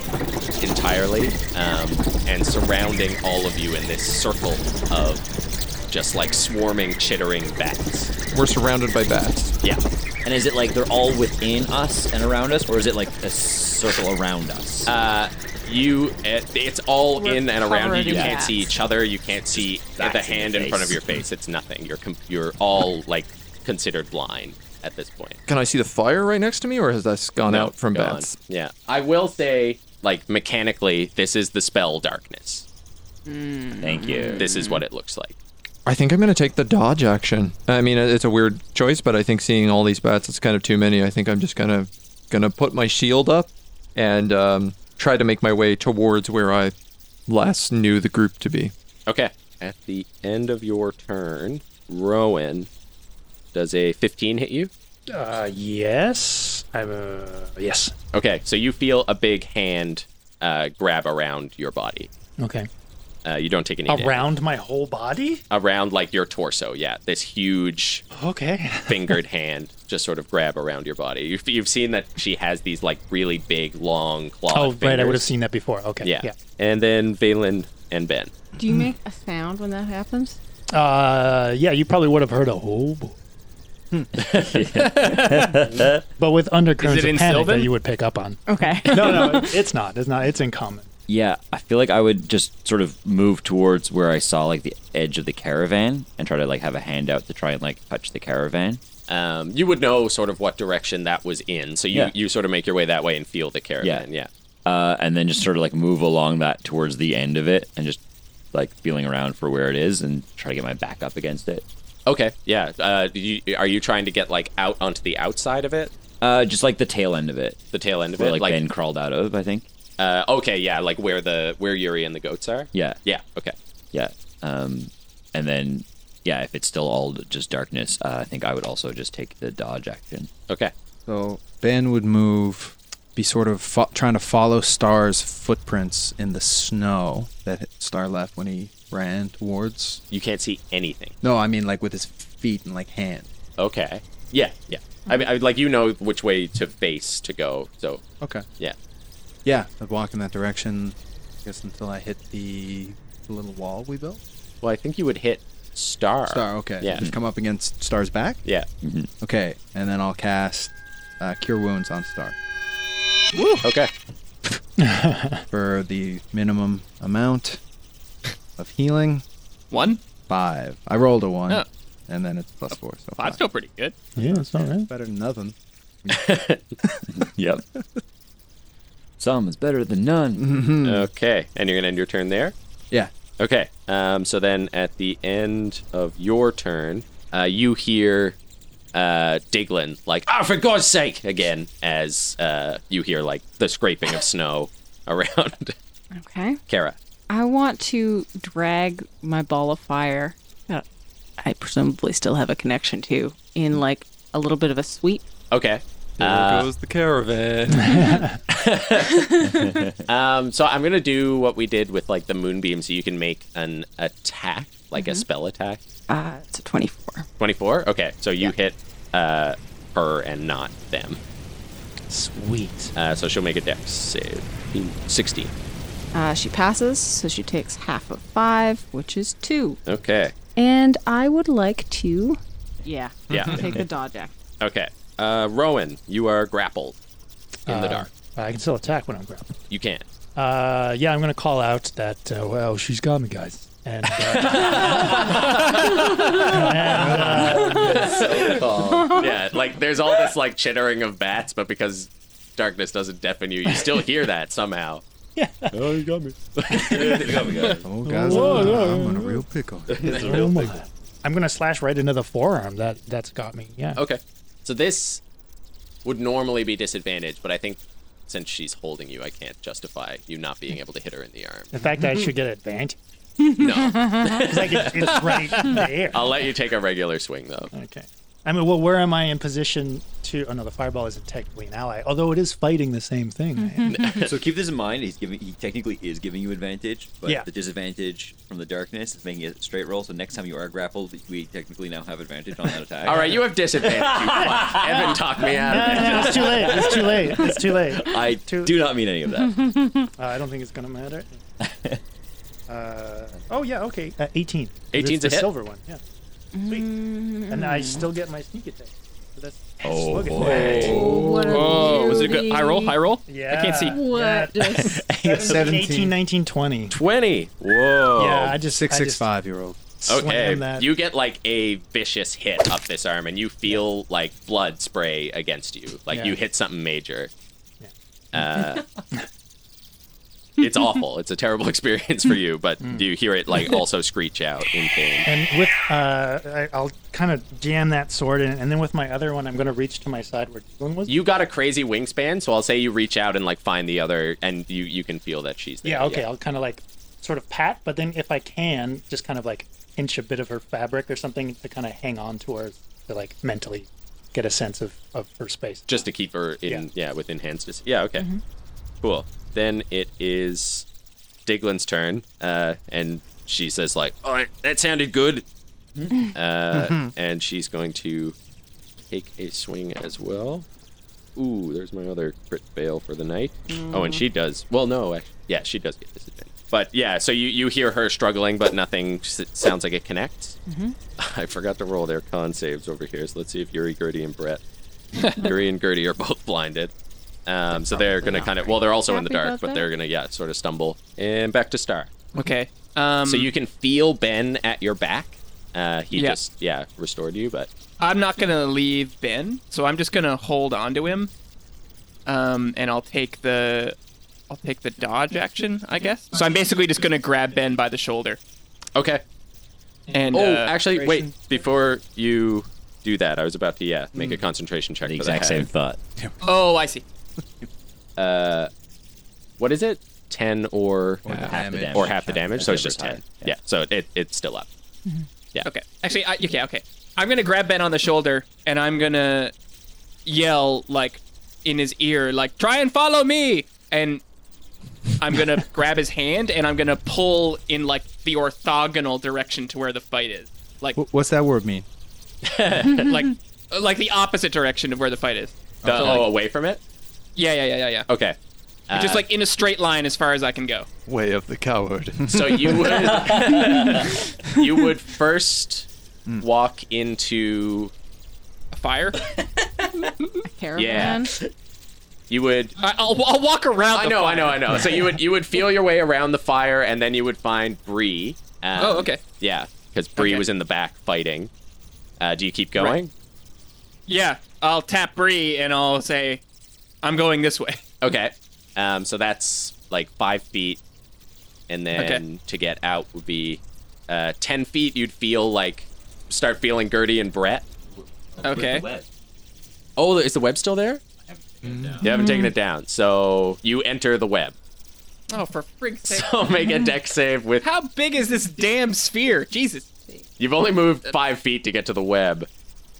Speaker 2: entirely um, and surrounding all of you in this circle of just like swarming, chittering bats.
Speaker 1: We're surrounded by bats.
Speaker 2: Yeah.
Speaker 5: And is it like they're all within us and around us, or is it like a circle around us?
Speaker 2: Uh, you, it, it's all
Speaker 9: We're
Speaker 2: in and around you.
Speaker 9: covered
Speaker 2: You
Speaker 9: in
Speaker 2: can't
Speaker 9: bats.
Speaker 2: see each other. You can't see the hand in, front of your face. It's nothing. You're com- you're all like considered blind at this point.
Speaker 1: Can I see the fire right next to me, or has that gone out from
Speaker 2: Gone.
Speaker 1: bats?
Speaker 2: Yeah. I will say, like mechanically, this is the spell darkness.
Speaker 5: Thank you.
Speaker 2: This is what it looks like.
Speaker 1: I think I'm going to take the dodge action. I mean, it's a weird choice, but I think seeing all these bats, it's kind of too many. I think I'm just kind of going to put my shield up and um, try to make my way towards where I last knew the group to be.
Speaker 2: Okay. At the end of your turn, Rowan, does a 15 hit you?
Speaker 6: Uh, yes. I'm. Uh, yes.
Speaker 2: Okay, so you feel a big hand uh, grab around your body.
Speaker 6: Okay.
Speaker 2: Uh, you don't take any damage.
Speaker 6: Around my whole body.
Speaker 2: around like your torso. Yeah, this huge
Speaker 6: Okay.
Speaker 2: fingered hand just sort of grab around your body. You've, you've seen that she has these like really big, long claw.
Speaker 6: Oh, right. I would have seen that before. Okay.
Speaker 2: Yeah. and then Valen and Ben.
Speaker 9: Do you make a sound when that happens?
Speaker 6: Yeah. Uh, yeah. You probably would have heard a whole. but with undercurrents
Speaker 4: Is it in
Speaker 6: of panic
Speaker 4: Sylvan?
Speaker 6: that you would pick up on.
Speaker 9: Okay.
Speaker 6: No, no, it's not. It's not. It's in common.
Speaker 5: yeah, I feel like I would just sort of move towards where I saw like the edge of the caravan and try to like have a handout to try and like touch the caravan.
Speaker 2: Um, you would know sort of what direction that was in, so you,
Speaker 5: Yeah.
Speaker 2: you sort of make your way that way and feel the caravan.
Speaker 5: Yeah.
Speaker 2: Yeah.
Speaker 5: Uh, and then just sort of like move along that towards the end of it and just like feeling around for where it is and try to get my back up against it.
Speaker 2: Okay, yeah. Uh, do you, are you trying to get like out onto the outside of it,
Speaker 5: Uh, just like the tail end of it,
Speaker 2: the tail end of
Speaker 5: where
Speaker 2: it?
Speaker 5: like, Ben crawled out of. I think.
Speaker 2: uh, okay, yeah, like where the where Yuri and the goats are.
Speaker 5: Yeah.
Speaker 2: yeah. Okay,
Speaker 5: Yeah. Um, and then yeah, if it's still all just darkness, uh, I think I would also just take the dodge action.
Speaker 2: okay.
Speaker 8: So Ben would move, be sort of fo- trying to follow Star's footprints in the snow that Star left when he ran towards.
Speaker 2: You can't see anything.
Speaker 8: No, I mean like with his feet and like hand.
Speaker 2: Okay. Yeah, yeah. I mean, I, like you know which way to face to go. So
Speaker 8: Okay.
Speaker 2: yeah.
Speaker 8: Yeah, I'd walk in that direction. I guess until I hit the little wall we built.
Speaker 2: Well, I think you would hit star.
Speaker 8: Star, okay.
Speaker 2: Yeah.
Speaker 8: Just come up against Star's back.
Speaker 2: Yeah.
Speaker 8: Okay, and then I'll cast uh, Cure Wounds on Star
Speaker 2: Okay.
Speaker 8: for the minimum amount of healing.
Speaker 4: One?
Speaker 8: Five. I rolled a one,
Speaker 4: Oh.
Speaker 8: and then it's plus four. So
Speaker 4: Five's
Speaker 8: five.
Speaker 4: still pretty good.
Speaker 6: Yeah, it's all right.
Speaker 8: better than nothing.
Speaker 5: Yep. Some is better than
Speaker 2: Mm-hmm.
Speaker 5: none.
Speaker 2: Okay. And you're gonna end your turn there.
Speaker 8: Yeah.
Speaker 2: Okay. Um, so then at the end of your turn, uh, you hear uh, Diglin like, "Ah, for God's sake!" again as uh, you hear like the scraping of snow around
Speaker 9: Okay.
Speaker 2: Kara.
Speaker 9: I want to drag my ball of fire that I presumably still have a connection to in like a little bit of a sweep.
Speaker 2: Okay. Uh,
Speaker 1: There goes the caravan.
Speaker 2: Um, so I'm gonna do what we did with like the moonbeam, so you can make an attack, like
Speaker 6: Mm-hmm.
Speaker 2: a spell attack.
Speaker 9: Uh, it's a 24.
Speaker 2: 24. Okay, so you hit uh, her and not them.
Speaker 6: Sweet.
Speaker 2: Uh, so she'll make a dex save. 16.
Speaker 9: Uh, she passes, so she takes half of five, which is two.
Speaker 2: Okay.
Speaker 9: And I would like to. Yeah.
Speaker 2: Yeah.
Speaker 9: Take the dodge act.
Speaker 2: Okay. Uh, Rowan, you are grappled in the
Speaker 6: Uh,
Speaker 2: dark.
Speaker 6: I can still attack when I'm grappled.
Speaker 2: You can't.
Speaker 6: Uh, yeah, I'm gonna call out that uh, well, she's got me, guys. And, uh, and, uh,
Speaker 2: yeah, like there's all this like chittering of bats, but because darkness doesn't deafen you, you still hear that somehow.
Speaker 6: oh, you got me.
Speaker 8: Oh, guys,
Speaker 6: Whoa,
Speaker 8: I'm,
Speaker 6: yeah,
Speaker 8: I'm on a real pickle.
Speaker 6: Oh my. I'm gonna slash right into the forearm. That that's got me. Yeah.
Speaker 2: Okay. So this would normally be disadvantaged, but I think since she's holding you, I can't justify you not being able to hit her in the arm.
Speaker 6: In fact, I should get advantage.
Speaker 2: No.
Speaker 6: It's like it, it's right there.
Speaker 2: I'll let you take a regular swing though.
Speaker 6: Okay. I mean, well, where am I in position to? Oh no, the fireball isn't technically an ally, although it is fighting the same thing.
Speaker 2: Mm-hmm.
Speaker 5: uh, so keep this in mind. He's giving. He technically is giving you advantage, but
Speaker 6: Yeah.
Speaker 5: the disadvantage from the darkness is making it a straight roll. So next time you are grappled, we technically now have advantage on that attack.
Speaker 2: All right, you have disadvantage. You fuck. Evan talked me out
Speaker 6: No,
Speaker 2: of it.
Speaker 6: no, no, it's too late. It's too late. It's too late.
Speaker 5: I do not mean any of that.
Speaker 6: Uh, I don't think it's gonna matter. Uh, oh yeah, okay. Uh, 18.
Speaker 2: 18's
Speaker 6: It's
Speaker 2: a
Speaker 6: the
Speaker 2: hit.
Speaker 6: silver one. Yeah. Sweet. Mm-hmm. And I still get my sneak attack. So that's
Speaker 5: Oh,
Speaker 6: look at
Speaker 5: boy.
Speaker 6: that.
Speaker 4: Whoa, Oh, was it a good high roll? High roll?
Speaker 6: Yeah.
Speaker 4: I can't see.
Speaker 9: What?
Speaker 6: That's like
Speaker 8: 17.
Speaker 6: 18, 19, 20.
Speaker 2: 20. Whoa.
Speaker 6: Yeah, I just
Speaker 8: Six
Speaker 6: I
Speaker 8: six
Speaker 6: just
Speaker 8: five year old.
Speaker 6: slam
Speaker 2: Okay,
Speaker 6: That.
Speaker 2: you get like a vicious hit up this arm, and you feel like blood spray against you. Like
Speaker 6: Yeah.
Speaker 2: you hit something major. Uh, it's awful. It's a terrible experience for you, but
Speaker 6: Mm.
Speaker 2: you hear it like also screech out in pain.
Speaker 6: And with uh, I, I'll kind of jam that sword in, and then with my other one, I'm going to reach to my side where Dylan was.
Speaker 2: You got a crazy wingspan, so I'll say you reach out and like find the other, and you you can feel that she's there.
Speaker 6: yeah, okay. I'll kind of like sort of pat, but then if I can, just kind of like inch a bit of her fabric or something to kind of hang on to her to like mentally get a sense of, of her space.
Speaker 2: just to keep her in yeah,
Speaker 6: Yeah.
Speaker 2: with enhanced dis- yeah okay cool then it is diglin's turn uh, and she says like all right that sounded good
Speaker 9: Mm-hmm.
Speaker 2: uh, and she's going to take a swing as well ooh there's my other crit fail for the night oh and she
Speaker 9: Mm-hmm.
Speaker 2: does well no actually, yeah she does get disadvantage but yeah so you, you hear her struggling but nothing s- sounds like it connects
Speaker 9: Mm-hmm.
Speaker 2: i forgot to roll their con saves over here so let's see if yuri gertie and brett Yuri and Gertie are both blinded. Um, so they're going to kind of, well, they're also in the
Speaker 9: happy
Speaker 2: dark,
Speaker 9: about
Speaker 2: but
Speaker 9: that.
Speaker 2: they're going to, yeah, sort of stumble. And back to Star.
Speaker 4: Okay. Um,
Speaker 2: So you can feel Ben at your back. Uh, he
Speaker 4: Yeah.
Speaker 2: just, yeah, restored you, but
Speaker 4: I'm not gonna leave Ben, so I'm just gonna hold on to him. Um, and I'll take the I'll take the dodge action, I guess. So I'm basically just gonna grab Ben by the shoulder.
Speaker 2: Okay.
Speaker 4: And
Speaker 2: Oh,
Speaker 4: uh,
Speaker 2: actually, wait. Before you do that, I was about to yeah make a concentration check.
Speaker 5: The
Speaker 2: that I
Speaker 5: exact
Speaker 2: had.
Speaker 5: same thought.
Speaker 4: Oh, I see.
Speaker 2: What is it? Ten or
Speaker 8: half the damage.
Speaker 2: or half the damage. So it's just
Speaker 5: Never
Speaker 2: ten.
Speaker 5: tied.
Speaker 2: Yeah. So it, it's still up.
Speaker 4: Okay. Actually, I, okay, okay. I'm gonna grab Ben on the shoulder and I'm gonna yell like in his ear, like "Try and follow me!" And I'm gonna grab his hand and I'm gonna pull in like the orthogonal direction to where the fight is, like
Speaker 8: Wh- What's that word mean?
Speaker 4: like like the opposite direction of where the fight is.
Speaker 2: The- oh, away from it.
Speaker 4: Yeah, yeah, yeah, yeah, yeah.
Speaker 2: Okay.
Speaker 4: Just
Speaker 2: Uh,
Speaker 4: like in a straight line as far as I can go.
Speaker 7: Way of the coward.
Speaker 2: So you would you would first
Speaker 4: Hmm.
Speaker 2: walk into
Speaker 4: A fire.
Speaker 9: Caravan.
Speaker 2: you would
Speaker 4: I, I'll, I'll walk around.
Speaker 2: I
Speaker 4: the
Speaker 2: know, I
Speaker 4: fire.
Speaker 2: know, I know. So you would you would feel your way around the fire, and then you would find Bree. Um,
Speaker 4: Oh, okay.
Speaker 2: Yeah, because Bree
Speaker 4: Okay.
Speaker 2: was in the back fighting. Uh, do you keep going?
Speaker 4: Yeah, I'll tap Bree and I'll say, "I'm going this way."
Speaker 2: Okay. Um, so that's like five feet, and then
Speaker 4: Okay.
Speaker 2: to get out would be uh, ten feet. You'd feel like start feeling Gertie and Brett.
Speaker 4: Okay.
Speaker 2: Oh, is the web still there? You haven't taken it down, so you enter the web.
Speaker 4: Oh, for frig's sake!
Speaker 2: So make a deck save with.
Speaker 4: How big is this damn sphere? Jesus.
Speaker 2: You've only moved five feet to get to the web.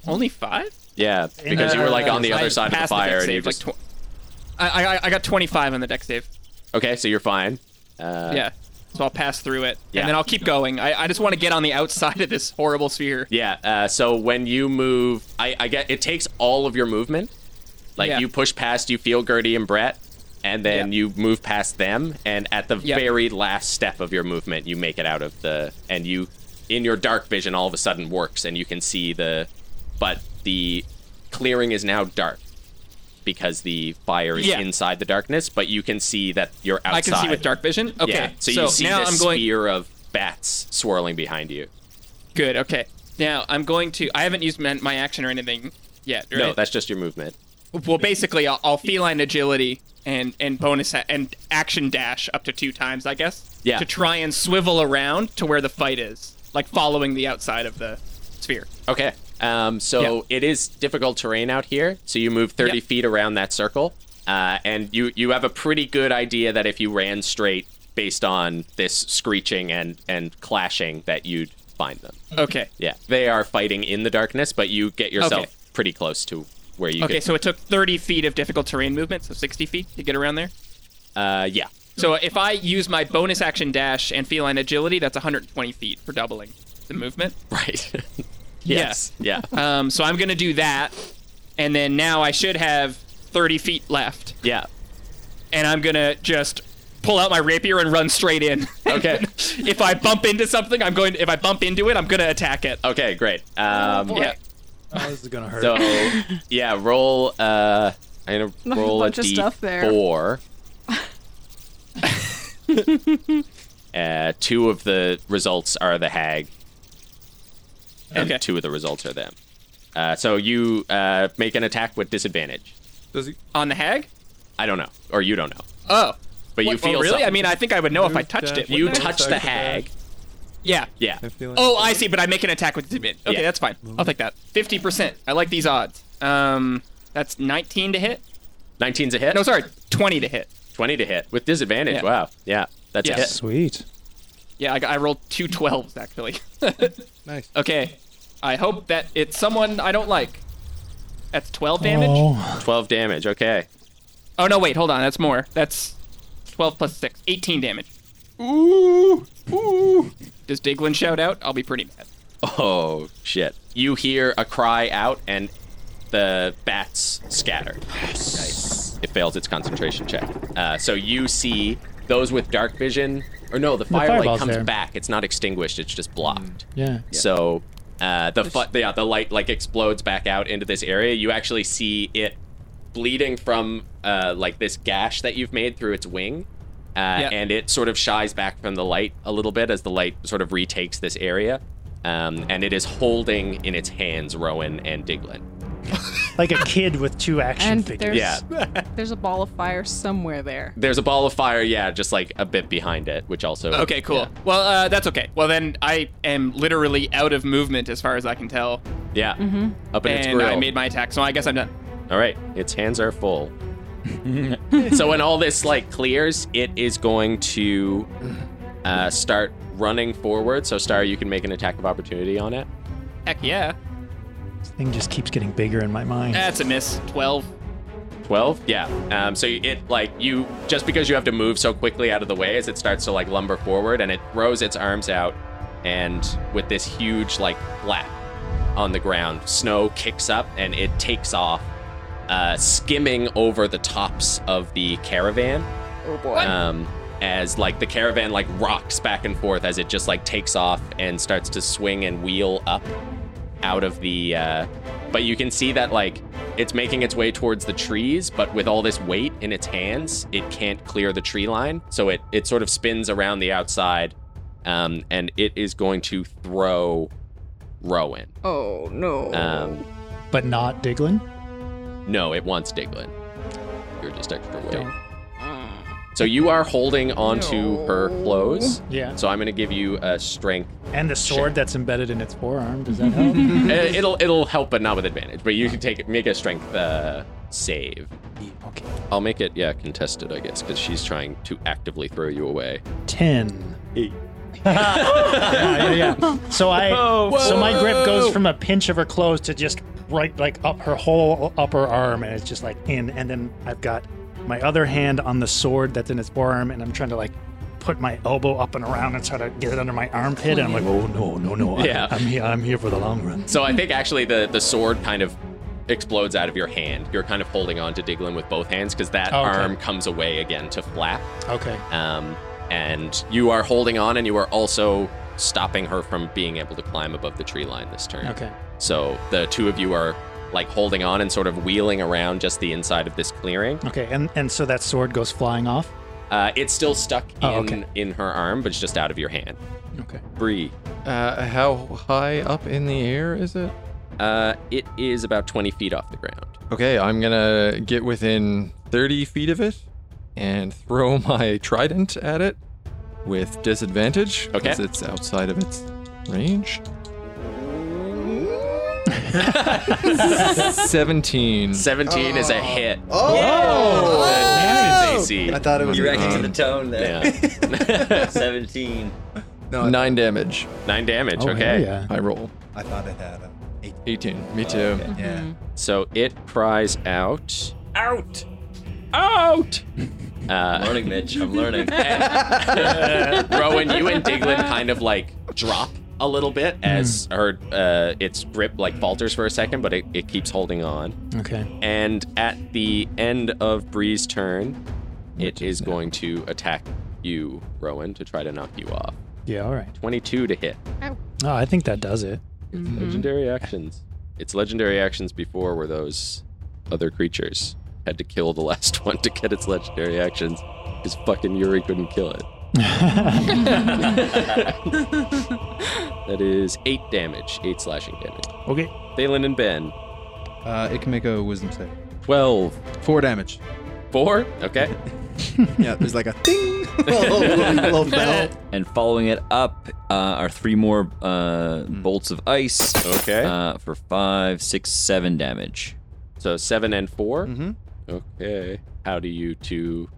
Speaker 4: Only five?
Speaker 2: Yeah, because you were like on the
Speaker 4: uh, I
Speaker 2: other side of the
Speaker 4: passed dex
Speaker 2: fire, and you
Speaker 4: save,
Speaker 2: just
Speaker 4: like tw- I, I I got 25 on the deck save.
Speaker 2: okay, so you're fine. Uh,
Speaker 4: yeah. So I'll pass through it,
Speaker 2: Yeah.
Speaker 4: and then I'll keep going. I, I just want to get on the outside of this horrible sphere.
Speaker 2: yeah. Uh, so when you move, I, I get it takes all of your movement. Like
Speaker 4: Yeah.
Speaker 2: you push past, you feel Gertie and Brett, and then
Speaker 4: Yeah.
Speaker 2: you move past them, and at the
Speaker 4: Yeah.
Speaker 2: very last step of your movement, you make it out of the and you in your dark vision all of a sudden works, and you can see the, but the clearing is now dark because the fire is
Speaker 4: Yeah.
Speaker 2: inside the darkness, but you can see that you're outside.
Speaker 4: I can see with dark vision. Okay.
Speaker 2: Yeah. So, you see
Speaker 4: now
Speaker 2: this
Speaker 4: I'm going
Speaker 2: sphere of bats swirling behind you.
Speaker 4: good. Okay. Now I'm going to. I haven't used my, my action or anything yet. Right?
Speaker 2: No, that's just your movement.
Speaker 4: Well, basically, I'll, I'll feline agility and and bonus a- and action dash up to two times, I guess.
Speaker 2: Yeah.
Speaker 4: To try and swivel around to where the fight is, like following the outside of the sphere.
Speaker 2: Okay. Um, so it is difficult terrain out here. So you move 30
Speaker 4: Yeah.
Speaker 2: feet around that circle, uh, and you you have a pretty good idea that if you ran straight, based on this screeching and and clashing, that you'd find them.
Speaker 4: Okay.
Speaker 2: Yeah, they are fighting in the darkness, but you get yourself
Speaker 4: Okay.
Speaker 2: pretty close to where you.
Speaker 4: Okay.
Speaker 2: could,
Speaker 4: So it took 30 feet of difficult terrain movement, so 60 feet to get around there.
Speaker 2: uh, yeah.
Speaker 4: So if I use my bonus action dash and feline agility, that's 120 feet for doubling the movement.
Speaker 2: Right.
Speaker 4: Yes.
Speaker 2: yeah.
Speaker 4: Um, so I'm gonna do that, and then now I should have 30 feet left.
Speaker 2: Yeah.
Speaker 4: and I'm gonna just pull out my rapier and run straight in.
Speaker 2: Okay.
Speaker 4: if I bump into something, I'm going. If I bump into it, I'm gonna attack it.
Speaker 2: Okay. Great. Um,
Speaker 4: Yeah.
Speaker 6: Oh, this is gonna hurt.
Speaker 2: So yeah, roll. Uh, I'm gonna
Speaker 9: There's a
Speaker 2: roll a
Speaker 9: bunch of stuff there.
Speaker 2: d4. uh, two of the results are the hag, and
Speaker 4: Okay.
Speaker 2: two of the results are them. Uh, so you uh, make an attack with disadvantage.
Speaker 1: Does he?
Speaker 4: On the hag?
Speaker 2: I don't know, or you don't know,
Speaker 4: Oh.
Speaker 2: but you
Speaker 4: What- oh,
Speaker 2: feel
Speaker 4: really?
Speaker 2: something.
Speaker 4: I mean, I think I would know if I touched it.
Speaker 2: you
Speaker 4: wouldn't I?
Speaker 2: touch the hag.
Speaker 4: yeah.
Speaker 2: Yeah.
Speaker 4: Oh, I see. But I make an attack with disadvantage. Okay,
Speaker 2: Yeah.
Speaker 4: that's fine. I'll take that. Fifty percent. I like these odds. Um, that's 19 to hit.
Speaker 2: 19's a hit.
Speaker 4: No, sorry, 20 to hit.
Speaker 2: 20 to hit with disadvantage.
Speaker 4: Yeah.
Speaker 2: Wow. Yeah. That's
Speaker 4: Yeah.
Speaker 2: a hit.
Speaker 6: Sweet.
Speaker 4: Yeah, I, got- I rolled two 12s actually. nice. Okay. I hope that it's someone I don't like. That's 12 damage.
Speaker 6: Oh,
Speaker 2: 12 damage. Okay.
Speaker 4: Oh no, wait, hold on. That's more. That's 12 plus 6. 18 damage. Ooh! Ooh! Does Diglin shout out? I'll be pretty mad.
Speaker 2: Oh shit! You hear a cry out, and the bats scatter. It fails its concentration check. Uh, so you see those with dark vision, or no, the firelight
Speaker 6: fireball's
Speaker 2: comes
Speaker 6: there.
Speaker 2: back. It's not extinguished; it's just blocked.
Speaker 6: yeah.
Speaker 2: So uh, the fu- yeah, the light like explodes back out into this area. You actually see it bleeding from uh, like this gash that you've made through its wing, uh, and it sort of shies back from the light a little bit as the light sort of retakes this area. Um, and it is holding in its hands Rowan and Diglin.
Speaker 6: like a kid with two action
Speaker 9: And
Speaker 6: figures.
Speaker 9: there's
Speaker 2: Yeah.
Speaker 9: there's a ball of fire somewhere there.
Speaker 2: There's a ball of fire, yeah, just like a bit behind it, which also.
Speaker 4: Okay, cool.
Speaker 2: Yeah.
Speaker 4: Well, uh, that's okay. Well, then I am literally out of movement as far as I can tell,
Speaker 2: Yeah. Up in its
Speaker 4: Mm-hmm. and
Speaker 2: grill.
Speaker 4: I made my attack, so I guess I'm done.
Speaker 2: All right, its hands are full. so when all this like clears, it is going to uh, start running forward. So Star, you can make an attack of opportunity on it.
Speaker 4: Heck yeah.
Speaker 6: This thing just keeps getting bigger in my mind.
Speaker 4: That's a miss. Twelve.
Speaker 2: 12 yeah um, so it like you just because you have to move so quickly out of the way as it starts to like lumber forward and it throws its arms out and with this huge like flap on the ground snow kicks up and it takes off uh, skimming over the tops of the caravan
Speaker 9: Oh boy.
Speaker 2: um, as like the caravan like rocks back and forth as it just like takes off and starts to swing and wheel up out of the uh, but you can see that like it's making its way towards the trees but with all this weight in its hands it can't clear the tree line so it it sort of spins around the outside um, and it is going to throw rowan
Speaker 9: Oh no.
Speaker 2: um,
Speaker 6: But not Diglin.
Speaker 2: no it wants diglin you're just extra weight so you are holding onto her clothes
Speaker 6: Yeah.
Speaker 2: So I'm gonna give you a strength.
Speaker 6: And the sword that's embedded in its forearm. Does that help?
Speaker 2: Uh, it'll it'll help, but not with advantage. But you can take make a strength uh, save.
Speaker 6: okay.
Speaker 2: I'll make it yeah contested, I guess, because she's trying to actively throw you away.
Speaker 6: Ten. yeah, yeah, yeah. So I, so my grip goes from a pinch of her clothes to just right like up her whole upper arm, and it's just like in. And then I've got my other hand on the sword that's in its forearm, and I'm trying to like put my elbow up and around and try to get it under my armpit. And I'm like, oh no, no, no!
Speaker 2: Yeah.
Speaker 6: I, I'm here. I'm here for the long run.
Speaker 2: So I think actually the the sword kind of explodes out of your hand. You're kind of holding on to Diglin with both hands because that
Speaker 6: Oh, okay.
Speaker 2: arm comes away again to flap.
Speaker 6: Okay.
Speaker 2: Um, and you are holding on, and you are also stopping her from being able to climb above the tree line this turn.
Speaker 6: Okay.
Speaker 2: So the two of you are like holding on and sort of wheeling around just the inside of this clearing.
Speaker 6: Okay. And and so that sword goes flying off.
Speaker 2: Uh, it's still stuck in,
Speaker 6: Oh, okay.
Speaker 2: in her arm, but it's just out of your hand.
Speaker 6: Okay.
Speaker 2: Bree,
Speaker 1: Uh, how high up in the air is it?
Speaker 2: uh, it is about 20 feet off the ground.
Speaker 1: Okay, I'm gonna get within 30 feet of it and throw my trident at it with disadvantage
Speaker 2: Okay.
Speaker 1: it's outside of its range. 17.
Speaker 2: 17 is a hit.
Speaker 7: Oh!
Speaker 6: Oh!
Speaker 2: That is AC.
Speaker 8: I thought it was
Speaker 1: You
Speaker 5: Reacting to
Speaker 1: Um,
Speaker 5: the tone there.
Speaker 2: Yeah.
Speaker 5: 17.
Speaker 8: no.
Speaker 1: Nine damage.
Speaker 2: Nine damage,
Speaker 6: Oh, hell
Speaker 2: okay.
Speaker 6: Yeah.
Speaker 1: I roll.
Speaker 8: I thought it had a eight.
Speaker 1: 18. Me too.
Speaker 8: Yeah. Mm-hmm.
Speaker 2: So it cries out.
Speaker 5: Out!
Speaker 2: Out!
Speaker 5: I'm
Speaker 2: Uh,
Speaker 5: learning, Mitch. I'm learning.
Speaker 2: Rowan, you and Diglin kind of like drop a little bit as her uh, its grip like falters for a second, but it, it keeps holding on.
Speaker 6: Okay.
Speaker 2: And at the end of Bree's turn, it is going to attack you, Rowan, to try to knock you off.
Speaker 6: Yeah. All right.
Speaker 2: 22 to hit.
Speaker 6: Oh, I think that does it.
Speaker 2: Legendary actions. Its legendary actions before were those other creatures. Had to kill the last one to get its legendary actions because fucking Yuri couldn't kill it. that is eight damage, eight slashing damage.
Speaker 6: Okay.
Speaker 2: Thalen and Ben,
Speaker 8: Uh, it can make a wisdom save.
Speaker 2: 12,
Speaker 8: Four damage.
Speaker 2: 4. Okay.
Speaker 8: Yeah, there's like a ding. little, little bell.
Speaker 5: and following it up uh, are three more uh, bolts of ice.
Speaker 2: Hmm. Okay.
Speaker 5: Uh, for five, six, seven damage.
Speaker 2: So 7 and 4. Mm-hmm. Okay. How do you two?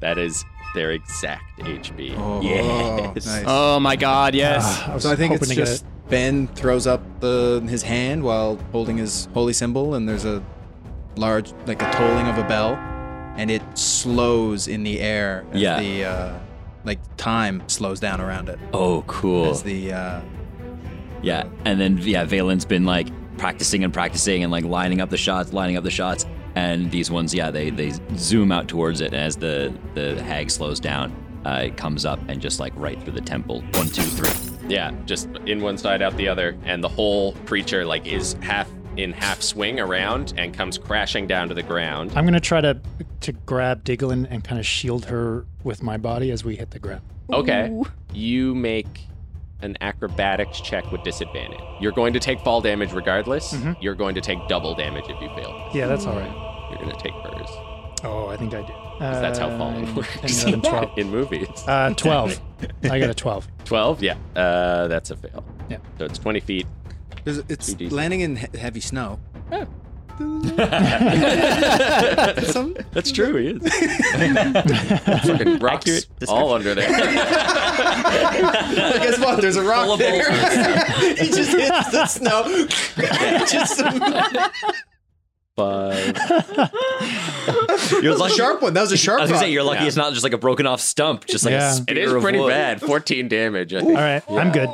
Speaker 2: that is their exact HP.
Speaker 8: yes. Nice.
Speaker 4: Oh my god, yes.
Speaker 6: Ah, I was
Speaker 8: so I think
Speaker 6: hoping
Speaker 8: it's
Speaker 6: to get
Speaker 8: just
Speaker 6: it.
Speaker 8: Ben throws up the, his hand while holding his holy symbol, and there's a large, like a tolling of a bell, and it slows in the air as
Speaker 5: Yeah.
Speaker 8: the uh, like time slows down around it
Speaker 5: Oh, cool.
Speaker 8: as the uh,
Speaker 5: Yeah, and then yeah, Valen's been like practicing and practicing and like lining up the shots, lining up the shots, and these ones, yeah, they they zoom out towards it, and as the the hag slows down, uh, it comes up and just like right through the temple. One, two, three.
Speaker 2: Yeah, just in one side, out the other, and the whole creature like is half in half swing around and comes crashing down to the ground.
Speaker 6: I'm gonna try to to grab Diglin and kind of shield her with my body as we hit the ground.
Speaker 2: Okay, you make an acrobatics check with disadvantage. You're going to take fall damage regardless.
Speaker 6: Mm-hmm.
Speaker 2: You're going to take double damage if you fail.
Speaker 6: Yeah, that's all right.
Speaker 2: You're going to take burrs.
Speaker 6: Oh, I think I did.
Speaker 2: That's how falling
Speaker 6: Uh,
Speaker 2: works
Speaker 6: 11, 12.
Speaker 2: in movies.
Speaker 6: Uh, 12. I got a 12.
Speaker 2: 12? Yeah. Uh, that's a fail.
Speaker 6: Yeah.
Speaker 2: So it's 20 feet.
Speaker 8: It's, it's
Speaker 2: 2D6.
Speaker 8: landing in he- heavy snow. Some-
Speaker 2: That's true, he is. Fucking rocks all under there.
Speaker 8: Guess what? There's a rock there. he just hits the snow. just
Speaker 2: Five.
Speaker 5: You're
Speaker 8: a
Speaker 5: lucky.
Speaker 8: sharp one. That was a sharp
Speaker 5: I was
Speaker 8: one.
Speaker 5: gonna say you're lucky
Speaker 2: Yeah.
Speaker 5: it's not just like a broken off stump, just like
Speaker 6: Yeah.
Speaker 5: a
Speaker 2: It
Speaker 5: spear
Speaker 6: It
Speaker 2: is
Speaker 5: of
Speaker 2: pretty
Speaker 5: wood.
Speaker 2: bad. 14 damage, I think.
Speaker 6: All right, I'm good.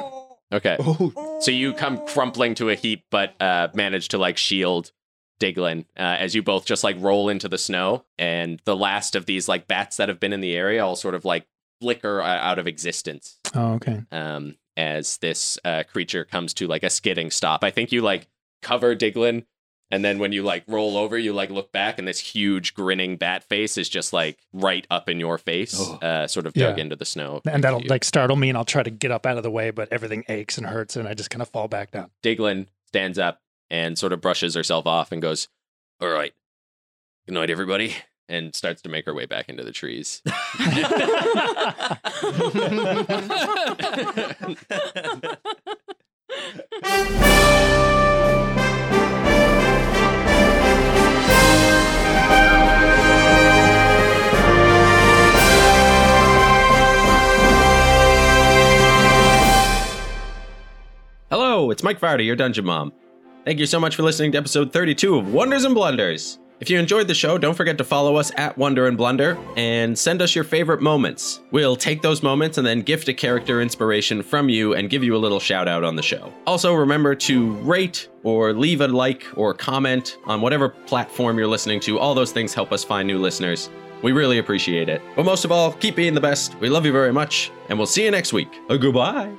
Speaker 2: Okay.
Speaker 6: Oh.
Speaker 2: So you come crumpling to a heap, but uh, manage to like shield Diglin uh, as you both just like roll into the snow. And the last of these like bats that have been in the area all sort of like flicker uh, out of existence
Speaker 6: Oh, okay.
Speaker 2: um, as this uh, creature comes to like a skidding stop. I think you like cover Diglin. And then when you like roll over, you like look back, and this huge grinning bat face is just like right up in your face, uh, sort of dug
Speaker 6: Oh. Yeah.
Speaker 2: into the snow.
Speaker 6: And that'll
Speaker 2: You-
Speaker 6: like startle me, and I'll try to get up out of the way, but everything aches and hurts, and I just kind of fall back down.
Speaker 2: Diglin stands up and sort of brushes herself off and goes, All right, good night, everybody. And starts to make her way back into the trees.
Speaker 3: Hello, it's Mike Vardy, your Dungeon Mom. Thank you so much for listening to episode 32 of Wonders and Blunders. If you enjoyed the show, don't forget to follow us at Wonder and Blunder and send us your favorite moments. We'll take those moments and then gift a character inspiration from you and give you a little shout out on the show. Also, remember to rate or leave a like or comment on whatever platform you're listening to. All those things help us find new listeners. We really appreciate it. But most of all, keep being the best. We love you very much, and we'll see you next week. Uh, Goodbye.